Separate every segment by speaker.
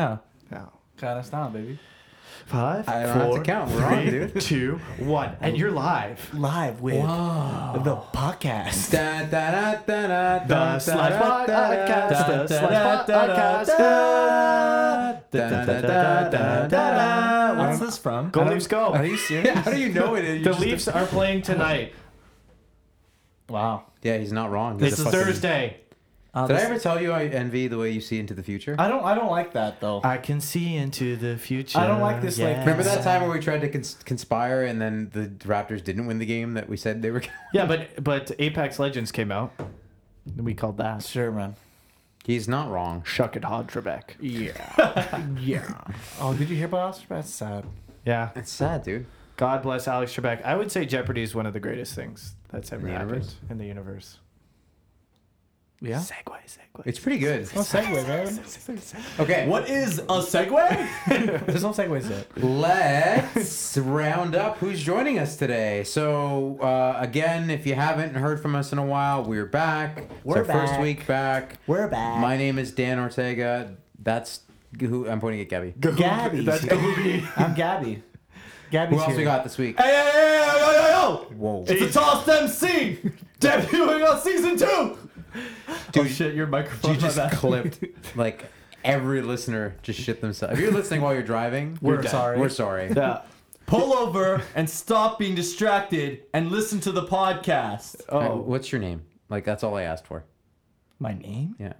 Speaker 1: Yeah.
Speaker 2: No.
Speaker 1: Count us down, baby.
Speaker 2: Five,
Speaker 3: I don't have to
Speaker 2: four,
Speaker 3: count. We're on,
Speaker 2: three,
Speaker 3: dude.
Speaker 2: two, one. And you're live.
Speaker 3: Live with
Speaker 2: The podcast.
Speaker 3: da, da, da, da, da,
Speaker 2: The Slash Podcast. The Slash Podcast.
Speaker 3: podcast.
Speaker 1: What's this from?
Speaker 2: Go
Speaker 1: I don't-
Speaker 2: Leafs, go.
Speaker 1: Are you serious?
Speaker 3: How do you know it? You
Speaker 2: The
Speaker 3: just-
Speaker 2: Leafs are playing tonight.
Speaker 1: wow.
Speaker 3: Yeah, he's not wrong. He's
Speaker 2: It's
Speaker 3: a fucking-
Speaker 2: Thursday.
Speaker 1: Uh,
Speaker 3: Did I
Speaker 1: this-
Speaker 3: ever tell you I envy the way you see into the future?
Speaker 1: I don't. I don't like that though.
Speaker 2: I can see into the future.
Speaker 1: I don't like this, like,
Speaker 3: Remember that time where we tried to cons- conspire and then the Raptors didn't win the game that we said they were? gonna-
Speaker 2: Yeah, but but Apex Legends came out. And we called that
Speaker 1: sure, man.
Speaker 3: he's not wrong.
Speaker 2: Shuck It Hod Trebek.
Speaker 1: Oh, did you hear about Oscar? That's sad.
Speaker 2: Yeah.
Speaker 3: It's sad, dude.
Speaker 2: God bless Alex Trebek. I would say Jeopardy is one of the greatest things that's ever
Speaker 3: the
Speaker 2: happened
Speaker 3: universe?
Speaker 2: in the universe.
Speaker 1: Yeah.
Speaker 2: Segway, segway.
Speaker 3: It's pretty good.
Speaker 1: No segue, man.
Speaker 3: Okay.
Speaker 1: What is a segue? There's no segues yet.
Speaker 3: Let's round up who's joining us today. So, uh, again, if you haven't heard from us in a while, we're back.
Speaker 1: We're
Speaker 3: it's our first
Speaker 1: back.
Speaker 3: week back.
Speaker 1: We're back.
Speaker 3: My name is Dan Ortega. That's who I'm pointing at Gabby.
Speaker 1: Gabby.
Speaker 2: That's
Speaker 1: I'm Gabby. Gabby's
Speaker 3: Who else
Speaker 1: here.
Speaker 3: we got this week?
Speaker 1: Hey, hey, hey, yo, yo, yo!
Speaker 3: Whoa.
Speaker 1: It's the Tossed MC debuting on season two. Oh,
Speaker 2: Dude, shit, your microphone.
Speaker 3: You just clipped like every listener just shit themselves. If you're listening while you're driving,
Speaker 1: We're
Speaker 3: you're dead.
Speaker 1: sorry.
Speaker 3: We're sorry.
Speaker 2: Yeah.
Speaker 4: pull over and stop being distracted and listen to the podcast.
Speaker 3: Uh,
Speaker 2: Oh,
Speaker 3: What's your name? Like that's all I asked for.
Speaker 1: My name?
Speaker 3: Yeah.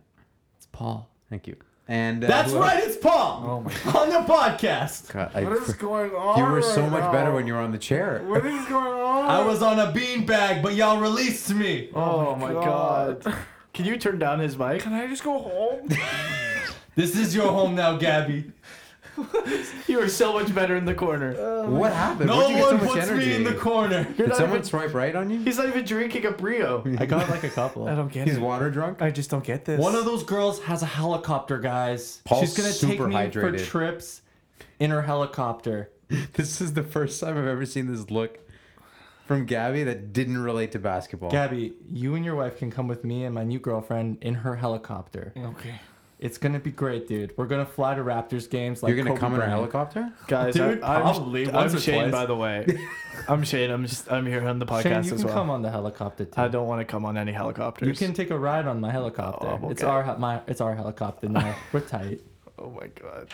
Speaker 4: It's Paul.
Speaker 3: Thank you. And uh,
Speaker 4: That's
Speaker 3: who else?
Speaker 4: right, it's Paul
Speaker 1: Oh my
Speaker 4: on the podcast.
Speaker 3: God, I-
Speaker 1: going on?
Speaker 3: you were so much better when you were on the chair.
Speaker 1: What is going on?
Speaker 4: I was on a beanbag, but y'all released me.
Speaker 2: oh my god. Can you turn down his mic?
Speaker 1: Can I just go home?
Speaker 4: This is your home now, Gabby.
Speaker 2: You are so much better in the
Speaker 1: Uh,
Speaker 2: corner.
Speaker 3: What happened?
Speaker 4: No
Speaker 3: Where'd you get so
Speaker 4: one
Speaker 3: much
Speaker 4: puts
Speaker 3: energy?
Speaker 4: me in the corner.
Speaker 2: You're
Speaker 3: Did
Speaker 2: not
Speaker 3: someone
Speaker 2: even-
Speaker 3: swipe right on you?
Speaker 2: He's not even drinking a Brio.
Speaker 1: I got like a couple. I don't get
Speaker 3: He's
Speaker 1: it.
Speaker 3: water drunk.
Speaker 1: I just don't get this.
Speaker 4: One of those girls has a helicopter, guys.
Speaker 3: Paul's
Speaker 4: She's gonna
Speaker 3: super
Speaker 4: take me
Speaker 3: hydrated.
Speaker 4: for trips in her helicopter.
Speaker 3: This is the first time I've ever seen this look from Gabby that didn't relate to basketball.
Speaker 4: Gabby, you and your wife can come with me and my new girlfriend in her helicopter.
Speaker 1: Okay.
Speaker 4: It's gonna be great, dude. We're gonna fly to Raptors games. Like
Speaker 3: You're gonna
Speaker 4: Kobe
Speaker 3: come in a
Speaker 4: Bryant.
Speaker 3: helicopter?
Speaker 2: Guys,
Speaker 4: Dude,
Speaker 2: I, I'm,
Speaker 4: probably
Speaker 2: I'm
Speaker 4: once or
Speaker 2: Shane,
Speaker 4: twice.
Speaker 2: by the way. I'm Shane. I'm just I'm here on the podcast
Speaker 4: Shane, you
Speaker 2: as
Speaker 4: can
Speaker 2: well.
Speaker 4: come on the helicopter too.
Speaker 2: I don't want to come on any helicopters.
Speaker 4: You can take a ride on my helicopter.
Speaker 2: Oh, I'm
Speaker 4: It's
Speaker 2: okay.
Speaker 4: our he- my it's our helicopter now. We're tight.
Speaker 2: Oh my god.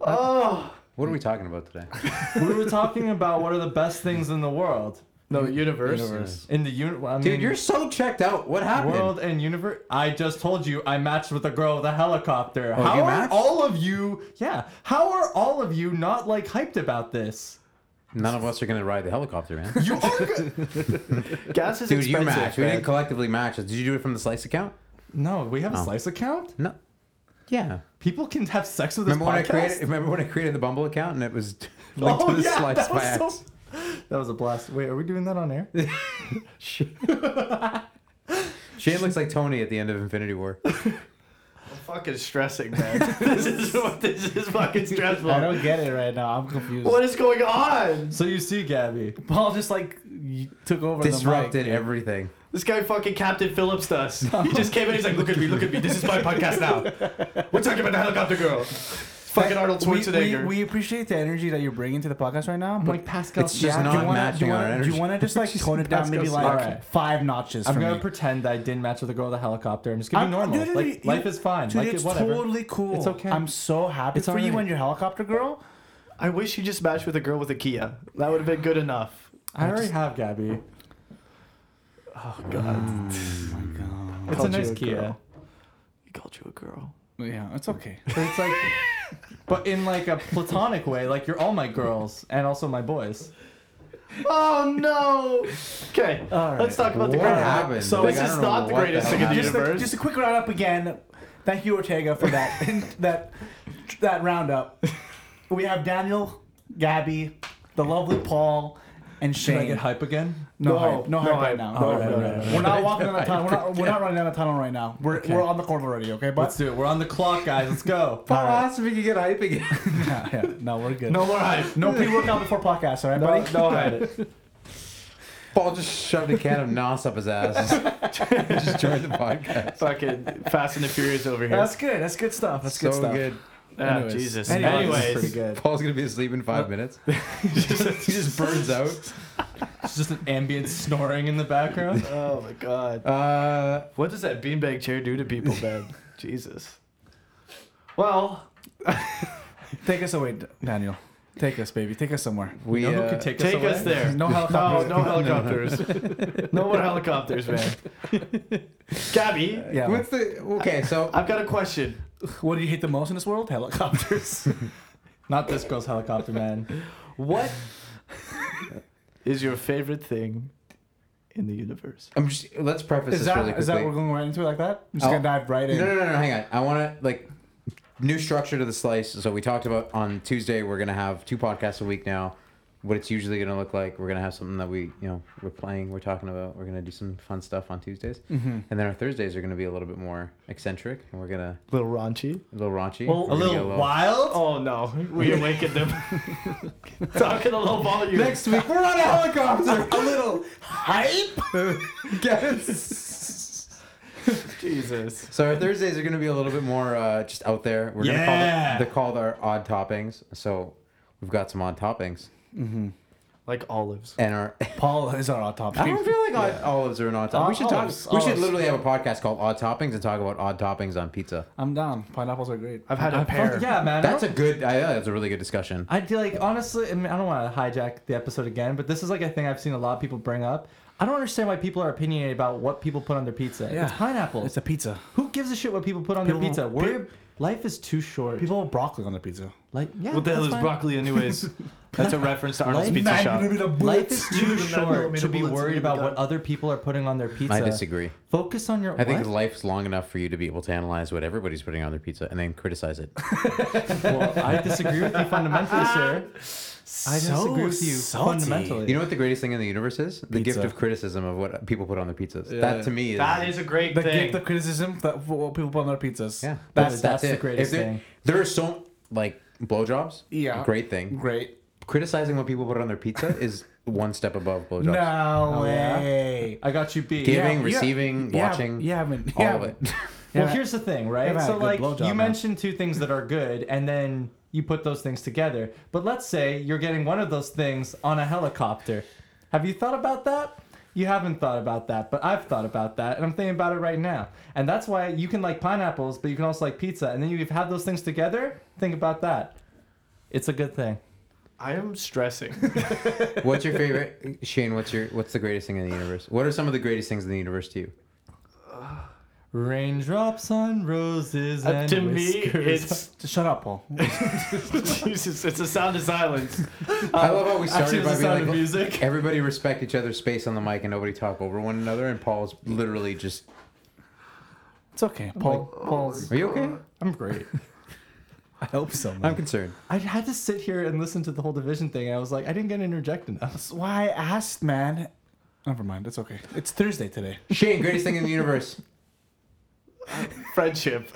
Speaker 2: Oh
Speaker 3: What are we talking about today?
Speaker 4: we were talking about what are the best things in the world.
Speaker 2: no, universe.
Speaker 4: In the uni- I mean,
Speaker 3: Dude, you're so checked out. What happened?
Speaker 4: world and universe. I just told you I matched with a girl with a helicopter. how
Speaker 3: you
Speaker 4: are
Speaker 3: matched?
Speaker 4: all of you? Yeah. How are all of you not like hyped about this?
Speaker 3: None of us are gonna ride the helicopter, man.
Speaker 4: You are. Go-
Speaker 2: Gas is
Speaker 3: Dude, you
Speaker 2: expensive.
Speaker 3: match. We
Speaker 2: man.
Speaker 3: didn't collectively match. Did you do it from the slice account?
Speaker 4: no, we have a slice account.
Speaker 3: No. Yeah.
Speaker 4: People can have sex with this
Speaker 3: Remember when I
Speaker 4: podcast?
Speaker 3: created? Remember when I created the Bumble account and it was linked
Speaker 4: Oh,
Speaker 3: to the
Speaker 4: yeah,
Speaker 3: slice
Speaker 4: that
Speaker 3: by
Speaker 4: was so-
Speaker 3: accident?
Speaker 4: That was a blast. Wait, are we doing that on air?
Speaker 3: Shane looks like Tony at the end of Infinity War.
Speaker 2: I'm fucking stressing, man. this is what this is fucking
Speaker 1: I
Speaker 2: stressful.
Speaker 1: don't get it right now. I'm confused.
Speaker 2: What is going on?
Speaker 4: So you see, Gabby.
Speaker 1: Paul just like y- took over
Speaker 3: Disrupted
Speaker 1: the mic.
Speaker 3: everything.
Speaker 2: This guy fucking Captain Phillips us. He just came in. He's like, look at me, look at me. This is my podcast now. We're talking about the helicopter girl. It's fucking Arnold
Speaker 1: We, we,
Speaker 2: Schwarzenegger.
Speaker 1: we appreciate the energy that you're bringing to the podcast right now,
Speaker 4: I'm
Speaker 1: but
Speaker 4: like Pascal.
Speaker 3: It's just
Speaker 4: Siakam.
Speaker 1: do
Speaker 3: not
Speaker 1: you wanna,
Speaker 3: matching
Speaker 1: do you
Speaker 3: our
Speaker 1: wanna, Do
Speaker 3: energy.
Speaker 1: you want to just like tone it down, maybe like
Speaker 4: Pascal's like-
Speaker 1: five notches?
Speaker 4: I'm
Speaker 1: for
Speaker 4: gonna
Speaker 1: me?
Speaker 4: pretend I didn't match with the girl with the helicopter. I'm just gonna be
Speaker 1: I'm-
Speaker 4: normal.
Speaker 1: dude,
Speaker 4: like
Speaker 1: dude,
Speaker 4: life
Speaker 1: you-
Speaker 4: is fine.
Speaker 1: Dude,
Speaker 4: like
Speaker 1: it's
Speaker 4: it, whatever.
Speaker 1: totally cool.
Speaker 4: It's okay.
Speaker 1: I'm so happy
Speaker 4: It's
Speaker 1: for you
Speaker 4: alright.
Speaker 1: and your helicopter girl.
Speaker 2: I wish you just matched with a girl with a Kia. That would have been good enough.
Speaker 4: I already have Gabby.
Speaker 2: Oh
Speaker 3: Mm.
Speaker 2: god.
Speaker 4: It's a
Speaker 2: Called you
Speaker 4: nice
Speaker 2: a
Speaker 4: Kia,
Speaker 2: girl. He called you a girl.
Speaker 1: Yeah, it's okay.
Speaker 4: but it's like, but in like a platonic way. Like you're all my girls and also my boys.
Speaker 2: Oh no. Okay.
Speaker 1: All right.
Speaker 2: Let's talk about the
Speaker 3: What
Speaker 2: great
Speaker 3: happened?
Speaker 2: So
Speaker 3: Like,
Speaker 2: this
Speaker 3: I
Speaker 2: is
Speaker 3: don't know
Speaker 2: not the
Speaker 3: what the
Speaker 2: greatest
Speaker 3: hell
Speaker 2: thing in the
Speaker 3: happened.
Speaker 1: Just a,
Speaker 2: universe.
Speaker 1: just a quick roundup again. Thank you, Ortega, for that that that roundup. We have Daniel, Gabby, the lovely Paul, and
Speaker 4: Should I
Speaker 1: Shane.
Speaker 4: get hype again?
Speaker 1: No,
Speaker 2: No,
Speaker 1: hype. No,
Speaker 2: no
Speaker 1: hype right
Speaker 2: hype.
Speaker 1: now.
Speaker 2: No,
Speaker 1: No,
Speaker 2: no,
Speaker 1: hype.
Speaker 2: no,
Speaker 1: We're
Speaker 2: no,
Speaker 1: not walking down the tunnel. We're not, we're not running down the tunnel right now. We're,
Speaker 4: Okay.
Speaker 1: we're on the court already, okay? But
Speaker 4: Let's do it. We're on the clock, guys. Let's go.
Speaker 3: Paul asked if he could get hype again.
Speaker 1: yeah, yeah. no, we're good.
Speaker 2: No more hype.
Speaker 1: no pre-workout before podcast, all right,
Speaker 2: No,
Speaker 1: buddy?
Speaker 2: no hype.
Speaker 3: Paul just shoved a can of nos up his ass. just joined the podcast.
Speaker 2: Fucking Fast and the Furious over here.
Speaker 1: That's good. That's good stuff. That's good
Speaker 3: so
Speaker 1: stuff.
Speaker 3: good.
Speaker 2: Ah,
Speaker 3: anyways.
Speaker 2: Jesus.
Speaker 1: Anyways.
Speaker 2: Anyways,
Speaker 1: Pretty good.
Speaker 3: Paul's gonna be asleep in five minutes. he just burns out.
Speaker 4: It's just an ambient snoring in the background.
Speaker 2: oh my god.
Speaker 3: Uh,
Speaker 2: What does that beanbag chair do to people, man? Jesus. Well,
Speaker 1: Take us away, D- Daniel. Take us, baby. Take us somewhere.
Speaker 3: we
Speaker 4: you know who
Speaker 3: uh,
Speaker 4: could take,
Speaker 2: take
Speaker 4: us,
Speaker 2: us
Speaker 4: away?
Speaker 2: there.
Speaker 1: No
Speaker 2: No,
Speaker 1: helicopters.
Speaker 2: no helicopters. no more helicopters, man. Gabby,
Speaker 1: Yeah.
Speaker 3: What's the okay? So
Speaker 2: I've got a question.
Speaker 1: What do you hate the most in this world? Helicopters.
Speaker 4: Not this girl's helicopter man.
Speaker 2: What is your favorite thing in the universe?
Speaker 3: I'm just, let's preface
Speaker 1: is
Speaker 3: this
Speaker 1: that
Speaker 3: really quickly.
Speaker 1: is that we're going right into it like that? I'm just
Speaker 3: Oh.
Speaker 1: gonna dive right in.
Speaker 3: No, no, no, no. Hang on. I want to like new structure to the slice. So we talked about on Tuesday. We're gonna have two podcasts a week now. What it's usually gonna look like. We're gonna have something that we, you know, we're playing. We're talking about. We're gonna do some fun stuff on Tuesdays, and then our Thursdays are gonna be a little bit more eccentric, and we're gonna
Speaker 2: A little raunchy.
Speaker 3: a little raunchy.
Speaker 1: Well,
Speaker 3: We're
Speaker 4: A
Speaker 3: gonna
Speaker 4: little
Speaker 3: get
Speaker 4: wild.
Speaker 2: Oh no, we awakened them. Talking a low volume.
Speaker 3: Next week we're on a helicopter.
Speaker 1: A little hype.
Speaker 2: Jesus.
Speaker 3: So our Thursdays are gonna be a little bit more uh, just out there. We're
Speaker 4: Yeah.
Speaker 3: gonna call the, they're called our odd toppings. So we've got some odd toppings,
Speaker 2: Like olives.
Speaker 3: and our
Speaker 1: Paul is our autopsy.
Speaker 3: I don't feel like odd olives are an odd topping.
Speaker 1: Odd
Speaker 3: We should
Speaker 1: olives,
Speaker 3: talk. We should
Speaker 1: olives.
Speaker 3: literally have a podcast called Odd Toppings and talk about odd toppings on pizza.
Speaker 1: I'm down. Pineapples are great.
Speaker 2: I've had a pair.
Speaker 4: Yeah, man.
Speaker 3: That's a good. I, uh, that's a really good discussion.
Speaker 4: I'd be like, honestly, I, mean, I don't want to hijack the episode again, but this is like a thing I've seen a lot of people bring up. I don't understand why people are opinionated about what people put on their pizza.
Speaker 1: Yeah.
Speaker 4: It's pineapple.
Speaker 1: It's a pizza.
Speaker 4: Who gives a shit what people put on
Speaker 1: People-
Speaker 4: their pizza?
Speaker 1: pe-
Speaker 4: We're, life is too short.
Speaker 1: People have broccoli on their pizza.
Speaker 4: like, yeah,
Speaker 2: What the hell
Speaker 4: that's
Speaker 2: is
Speaker 4: fine.
Speaker 2: broccoli, anyways? That's a reference to Arnold's
Speaker 4: Life-
Speaker 2: Pizza
Speaker 1: Nine
Speaker 2: Shop.
Speaker 1: millimeter
Speaker 4: Life
Speaker 1: bullets.
Speaker 4: is too short to be
Speaker 1: bullets
Speaker 4: worried
Speaker 1: in
Speaker 4: about
Speaker 1: your
Speaker 4: what other people are putting on their pizza.
Speaker 3: I disagree.
Speaker 4: Focus on your.
Speaker 3: I think
Speaker 4: what?
Speaker 3: life's long enough for you to be able to analyze what everybody's putting on their pizza and then criticize it.
Speaker 4: Well, I disagree with you fundamentally, sir. I
Speaker 1: So
Speaker 4: disagree with you
Speaker 1: salty.
Speaker 4: fundamentally.
Speaker 3: You know what the greatest thing in the universe is? The gift
Speaker 1: Pizza.
Speaker 3: of criticism of what people put on their pizzas. That to me is.
Speaker 2: That is a great
Speaker 1: The
Speaker 2: thing.
Speaker 1: gift of criticism that for what people put on their pizzas.
Speaker 3: yeah,
Speaker 4: That's- that's the
Speaker 3: it. If
Speaker 4: greatest
Speaker 3: there-
Speaker 4: thing.
Speaker 3: There are so like blowjobs.
Speaker 1: Yeah.
Speaker 3: great thing.
Speaker 1: Great.
Speaker 3: Criticizing what people put on their pizza is one step above blowjobs.
Speaker 1: No
Speaker 4: Oh, yeah?
Speaker 1: way.
Speaker 4: I got you beat.
Speaker 3: Giving,
Speaker 1: yeah.
Speaker 3: receiving,
Speaker 1: Yeah,
Speaker 3: watching,
Speaker 1: you haven't-
Speaker 3: all
Speaker 1: you
Speaker 3: of
Speaker 1: haven't.
Speaker 3: it.
Speaker 4: Well,
Speaker 1: Yeah.
Speaker 4: here's the thing,
Speaker 1: I've
Speaker 4: right?
Speaker 1: had a
Speaker 4: So,
Speaker 1: good
Speaker 4: like,
Speaker 1: blowjob,
Speaker 4: you
Speaker 1: man.
Speaker 4: mentioned two things that are good, and then you put those things together. But let's say you're getting one of those things on a helicopter. Have you thought about that? You haven't thought about that, but I've thought about that, and I'm thinking about it right now. And that's why you can like pineapples, but you can also like pizza. And then you have those things together. Think about that. It's a good thing.
Speaker 2: I am stressing.
Speaker 3: What's your favorite, Shane? What's your what's the greatest thing in the universe? What are some of the greatest things in the universe to you?
Speaker 4: Raindrops on roses
Speaker 2: Uh,
Speaker 4: and
Speaker 2: to me,
Speaker 4: whiskers
Speaker 2: it's
Speaker 1: Just shut up, Paul.
Speaker 2: Jesus. It's a sound of silence.
Speaker 3: I love how
Speaker 4: Actually,
Speaker 3: we
Speaker 4: it's
Speaker 3: started
Speaker 4: the
Speaker 3: by being
Speaker 4: sound
Speaker 3: like,
Speaker 4: of music.
Speaker 3: everybody respect each other's space on the mic and nobody talk over one another. And Paul's literally just,
Speaker 1: It's okay, Paul. Paul's.
Speaker 3: are you okay?
Speaker 1: I'm great. I hope so.
Speaker 3: I'm
Speaker 1: Man.
Speaker 3: concerned.
Speaker 4: I had to sit here and listen to the whole division thing. and I was like, I didn't get to interject enough.
Speaker 1: That's why I asked, man. Never mind. It's okay. It's Thursday today.
Speaker 3: Shane, greatest thing in the universe.
Speaker 2: Friendship.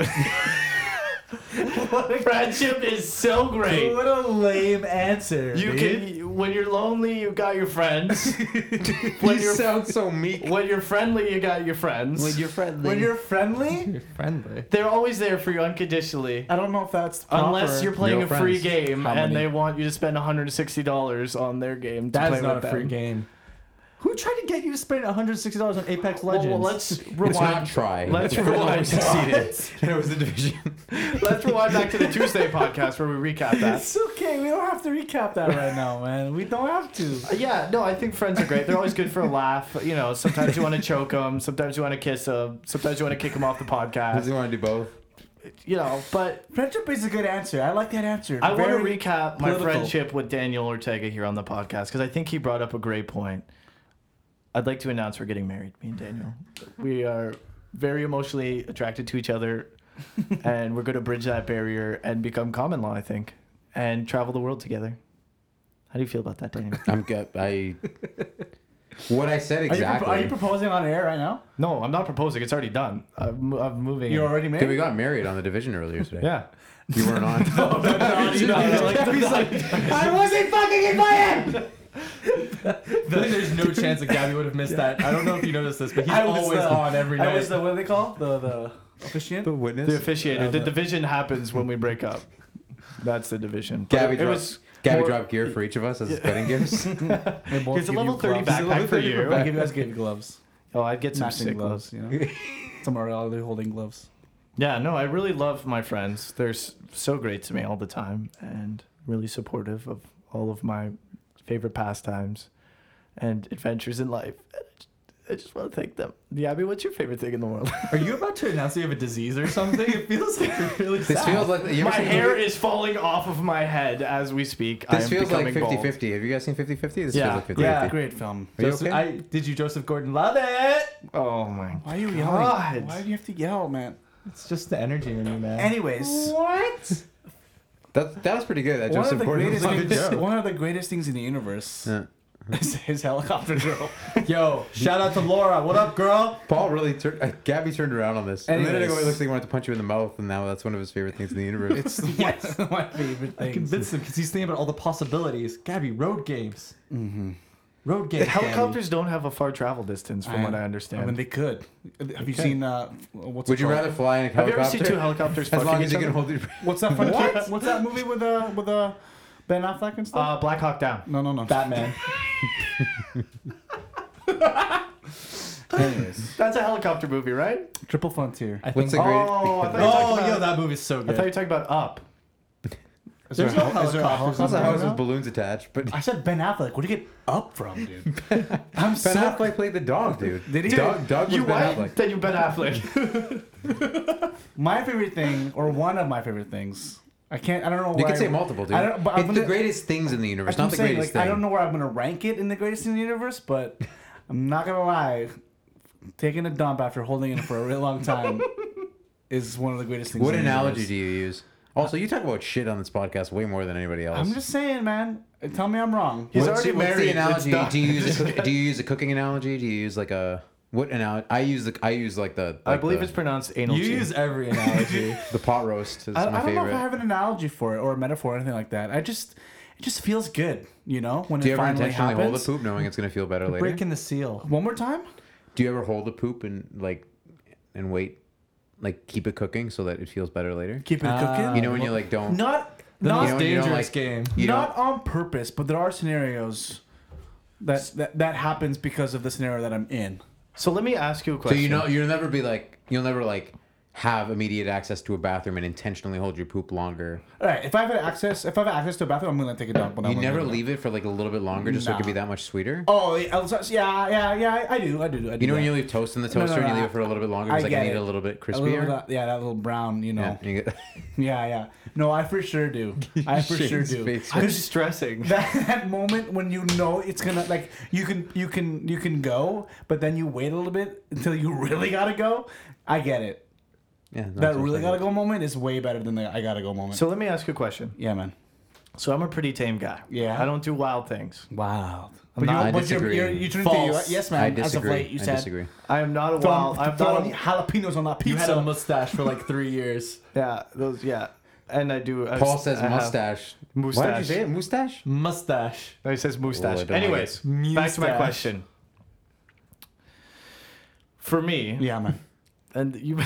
Speaker 2: Friendship is so great.
Speaker 1: What a lame answer.
Speaker 2: You
Speaker 1: dude.
Speaker 2: can when you're lonely, you got your friends. when
Speaker 3: you
Speaker 2: you're
Speaker 3: sound so meek.
Speaker 2: when you're friendly, you got your friends.
Speaker 3: you're friendly.
Speaker 1: When you're friendly,
Speaker 4: You're friendly.
Speaker 2: They're always there for you unconditionally.
Speaker 1: I don't know if that's Uh, proper.
Speaker 2: Unless you're playing
Speaker 3: Real
Speaker 2: a free
Speaker 3: friends.
Speaker 2: game
Speaker 1: How
Speaker 2: and
Speaker 1: many?
Speaker 2: they want you to spend $160 on their game. To play
Speaker 4: That's not a
Speaker 2: with
Speaker 4: free
Speaker 2: them.
Speaker 4: game. Who tried to get you to spend $160 on Apex Legends?
Speaker 2: Well, well, let's rewind.
Speaker 3: it's not try.
Speaker 2: Let's
Speaker 3: It's really
Speaker 2: rewind.
Speaker 3: succeeded. And it was the division.
Speaker 2: Let's rewind back to the Tuesday podcast where we recap that.
Speaker 1: It's okay. We don't have to recap that right now, man. We don't have to.
Speaker 2: Yeah, no, I think friends are great. They're always good for a laugh. You know, sometimes you want to choke them, sometimes you want to kiss them, sometimes you want to kick them off the
Speaker 3: Does
Speaker 2: podcast.
Speaker 3: he want to do both?
Speaker 2: You know, but
Speaker 1: Friendship is a good answer. I like that answer.
Speaker 2: I want to
Speaker 1: Very-
Speaker 2: recap my
Speaker 1: political.
Speaker 2: friendship with Daniel Ortega here on the podcast because I think he brought up a great point. I'd like to announce we're getting married, me and Daniel. We are very emotionally attracted to each other, and we're going to bridge that barrier and become common law, I think, and travel the world together. How do you feel about that, Daniel?
Speaker 3: I'm good. I. What I said
Speaker 1: Are you, pro-
Speaker 3: exactly.
Speaker 1: are you proposing on air right now?
Speaker 2: no, I'm not proposing. It's already done. I'm, I'm moving.
Speaker 1: You're already
Speaker 3: Dude, we
Speaker 1: married.
Speaker 3: got married on the division earlier today.
Speaker 2: yeah.
Speaker 3: You weren't on.
Speaker 2: No, no, no, like-
Speaker 1: He's like, I wasn't fucking invited.
Speaker 4: Then there's no chance that Gabby would have missed that. I don't know if you noticed this, but he's
Speaker 1: I was
Speaker 4: always
Speaker 1: the-
Speaker 4: on every
Speaker 1: I
Speaker 4: night.
Speaker 1: was the what do they call the the officiant?
Speaker 3: The witness.
Speaker 2: The officiator. The
Speaker 4: no.
Speaker 2: division happens when we break up. That's the division. But
Speaker 3: Gabby
Speaker 2: it
Speaker 3: dropped-
Speaker 2: was
Speaker 3: Gabby
Speaker 2: more-
Speaker 3: dropped gear for each of us as his betting gifts.
Speaker 2: Here's a level 30 backpack for you.
Speaker 1: I give you guys give you gloves,
Speaker 2: Oh, I'd get some
Speaker 1: matching
Speaker 2: sick gloves.
Speaker 1: gloves. You know, somewhere else they're holding gloves.
Speaker 2: Yeah, no, I really love my friends. They're s- so great to me all the time and really supportive of all of my favorite pastimes and adventures in life. I just- I just want to thank them. Gabby, what's your favorite thing in the world?
Speaker 4: Are you about to announce that you have a disease or something? It feels like you're really
Speaker 3: This
Speaker 4: sad.
Speaker 3: feels like you ever
Speaker 2: my
Speaker 3: seen the
Speaker 2: hair
Speaker 3: movie-
Speaker 2: is falling off of my head as we speak. I
Speaker 3: This
Speaker 2: am
Speaker 3: feels like
Speaker 2: becoming bald.
Speaker 3: 50-50. Have you guys seen 50-50? This
Speaker 2: Yeah.
Speaker 3: feels like 50-50.
Speaker 4: Yeah.
Speaker 1: Great film.
Speaker 3: Are you
Speaker 4: Joseph-
Speaker 3: okay?
Speaker 4: I, did you, Joseph Gordon? Love it.
Speaker 2: Oh my
Speaker 1: Why are you
Speaker 2: God.
Speaker 1: yelling? Why do you have to yell, man?
Speaker 4: It's just the energy in you, man.
Speaker 1: Anyways,
Speaker 4: what?
Speaker 3: That, that was pretty good. That
Speaker 1: one of,
Speaker 3: Joseph
Speaker 1: the
Speaker 3: Gordon was
Speaker 1: greatest
Speaker 3: like a
Speaker 1: things,
Speaker 3: joke.
Speaker 1: one of the greatest things in the universe
Speaker 3: Yeah.
Speaker 1: is his helicopter girl.
Speaker 4: Yo, shout out to Laura. What up, girl?
Speaker 3: Paul really turned. Uh, Gabby turned around on this. a minute
Speaker 1: Anyways.
Speaker 3: ago, it looks like he wanted to punch you in the mouth, and now that's one of his favorite things in the universe.
Speaker 1: It's yes. my favorite
Speaker 4: I
Speaker 1: thing.
Speaker 4: convinced him because he's thinking about all the possibilities. Gabby, road games.
Speaker 1: Mm-hmm.
Speaker 4: Road games. Gabby.
Speaker 2: Helicopters don't have a far travel distance, from what I understand.
Speaker 1: I mean, they could. Have you seen uh, what's
Speaker 3: Would
Speaker 1: it
Speaker 3: you
Speaker 1: called?
Speaker 3: rather fly in a
Speaker 2: have you ever
Speaker 3: helicopter?
Speaker 2: seen two helicopters
Speaker 3: as
Speaker 2: fucking
Speaker 3: long as
Speaker 2: each
Speaker 3: you can
Speaker 2: other?
Speaker 3: hold your.
Speaker 1: What's that fucking what? What's that movie with uh with uh Ben Affleck and
Speaker 2: uh,
Speaker 1: stuff?
Speaker 2: Black Hawk Down.
Speaker 1: no, no, no.
Speaker 4: Batman.
Speaker 1: Anyways,
Speaker 2: That's a helicopter movie, right?
Speaker 1: Triple Frontier.
Speaker 4: I
Speaker 3: What's
Speaker 4: think.
Speaker 3: the great?
Speaker 2: Oh, I thought you were talking
Speaker 4: Oh,
Speaker 2: about-
Speaker 4: yo, that movie's so
Speaker 2: I
Speaker 4: good.
Speaker 2: thought you were talking about Up.
Speaker 1: Is
Speaker 4: There's
Speaker 1: there
Speaker 4: no
Speaker 1: a- is there a
Speaker 4: helicopters
Speaker 1: helicopter
Speaker 3: also, how
Speaker 1: right
Speaker 3: is with
Speaker 1: now?
Speaker 3: balloons attached? But
Speaker 1: I said Ben Affleck. Where do you get up from, dude? I'm
Speaker 3: Ben
Speaker 1: so.
Speaker 3: Affleck played the dog, dude.
Speaker 1: Did he?
Speaker 3: Dog, dog was
Speaker 2: You
Speaker 3: Ben
Speaker 2: white,
Speaker 3: Affleck.
Speaker 2: then you Ben Affleck.
Speaker 1: My favorite thing, or one of my favorite things. I can't. I don't know.
Speaker 3: You
Speaker 1: where
Speaker 3: can
Speaker 1: I-
Speaker 3: say multiple, dude.
Speaker 1: I don't. But I'm
Speaker 3: it's
Speaker 1: gonna,
Speaker 3: the greatest things in the universe,
Speaker 1: that's
Speaker 3: not
Speaker 1: what
Speaker 3: the
Speaker 1: I'm saying,
Speaker 3: greatest
Speaker 1: like, I
Speaker 3: thing.
Speaker 1: don't know where I'm gonna rank it in the greatest in the universe, but I'm not gonna lie. Taking a dump after holding it for a real long time is one of the greatest things.
Speaker 3: What
Speaker 1: in the
Speaker 3: analogy
Speaker 1: universe.
Speaker 3: do you use? Also, you talk about shit on this podcast way more than anybody else.
Speaker 1: I'm just saying, man. Tell me I'm wrong.
Speaker 2: He's
Speaker 3: what's,
Speaker 2: already
Speaker 3: what's
Speaker 2: married.
Speaker 3: the
Speaker 2: It's
Speaker 3: analogy?
Speaker 2: done.
Speaker 3: Do you use a cook, do you use a cooking analogy? Do you use like a what analogy? I use the I use like the
Speaker 2: I
Speaker 3: like
Speaker 2: believe
Speaker 3: the,
Speaker 2: it's pronounced anal.
Speaker 4: you use every analogy.
Speaker 3: the pot roast is
Speaker 1: I,
Speaker 3: my
Speaker 1: I don't know
Speaker 3: favorite.
Speaker 1: if I have an analogy for it or a metaphor or anything like that. I just it just feels good, you know, when
Speaker 3: do
Speaker 1: it
Speaker 3: you ever
Speaker 1: finally
Speaker 3: intentionally
Speaker 1: happens.
Speaker 3: hold a poop knowing it's gonna feel better later?
Speaker 4: Breaking the seal.
Speaker 1: One more time?
Speaker 3: Do you ever hold a poop and like and wait, like keep it cooking so that it feels better later?
Speaker 1: Keep it
Speaker 4: Ah.
Speaker 1: cooking.
Speaker 3: Uh, You know when you like don't
Speaker 1: not
Speaker 4: The
Speaker 3: you
Speaker 1: not
Speaker 4: most
Speaker 3: don't- you don't
Speaker 4: dangerous
Speaker 3: like-
Speaker 4: game.
Speaker 3: you
Speaker 1: not on purpose, but there are scenarios that, that that happens because of the scenario that I'm in.
Speaker 2: So let me ask you a
Speaker 3: So
Speaker 2: question.
Speaker 3: you know you'll never be like you'll never like have immediate access to a bathroom and intentionally hold your poop longer.
Speaker 1: All right, if I have access, if I have access to a bathroom, I'm gonna take a dump. When
Speaker 3: You
Speaker 1: I'm
Speaker 3: never
Speaker 1: gonna-
Speaker 3: leave it for like a little bit longer just so it
Speaker 1: Nah.
Speaker 3: can be that much sweeter.
Speaker 1: Oh, yeah, I'll- yeah, yeah, yeah. I- I do, I do. I
Speaker 3: You
Speaker 1: do
Speaker 3: know
Speaker 1: that.
Speaker 3: when you leave toast in the
Speaker 1: No, no,
Speaker 3: toaster and you
Speaker 1: no,
Speaker 3: leave it for a little bit longer
Speaker 1: I
Speaker 3: because like I
Speaker 1: get
Speaker 3: need
Speaker 1: it.
Speaker 3: it a little bit
Speaker 1: a little, bit
Speaker 3: crispier.
Speaker 1: of- yeah, that little brown, you know.
Speaker 3: Yeah, you get-
Speaker 1: Yeah, yeah. No, I for sure do. I for
Speaker 3: Shane's
Speaker 1: sure do.
Speaker 3: face
Speaker 2: I'm stressing.
Speaker 1: That, that moment when you know it's gonna like you can you can you can go, but then you wait a little bit until you really gotta go. I get it.
Speaker 3: Yeah, no,
Speaker 1: That
Speaker 3: it's
Speaker 1: really
Speaker 3: okay.
Speaker 1: gotta go moment is way better than the I gotta go moment.
Speaker 2: So let me ask you a question.
Speaker 1: yeah, man.
Speaker 2: So I'm a pretty tame guy.
Speaker 1: Yeah.
Speaker 2: I don't do wild things.
Speaker 1: Wow.
Speaker 2: I'm
Speaker 1: But,
Speaker 2: not-
Speaker 1: you,
Speaker 3: I
Speaker 1: but you're,
Speaker 3: disagree.
Speaker 1: you're, you turned into you,
Speaker 4: False.
Speaker 1: yes,
Speaker 3: I
Speaker 1: man. As of
Speaker 3: disagree.
Speaker 1: late, you
Speaker 3: I
Speaker 1: said
Speaker 3: disagree.
Speaker 2: I am not a
Speaker 1: throwing,
Speaker 2: wild. I'm not
Speaker 1: throwing
Speaker 2: a,
Speaker 1: jalapenos on that
Speaker 4: You had
Speaker 1: pizza.
Speaker 4: a mustache for like three years.
Speaker 2: yeah, those yeah. And I do. I
Speaker 3: Paul
Speaker 2: s-
Speaker 3: says
Speaker 1: uh-huh.
Speaker 2: I have-
Speaker 3: mustache. Why did you
Speaker 2: Mustache.
Speaker 3: say it? Mustache?
Speaker 4: Mustache.
Speaker 2: No, he says
Speaker 3: Oh, I
Speaker 2: mustache.
Speaker 3: don't like
Speaker 2: Anyways,
Speaker 4: it.
Speaker 2: back to my
Speaker 4: Mustache.
Speaker 2: question. For me,
Speaker 1: yeah, man.
Speaker 2: and you,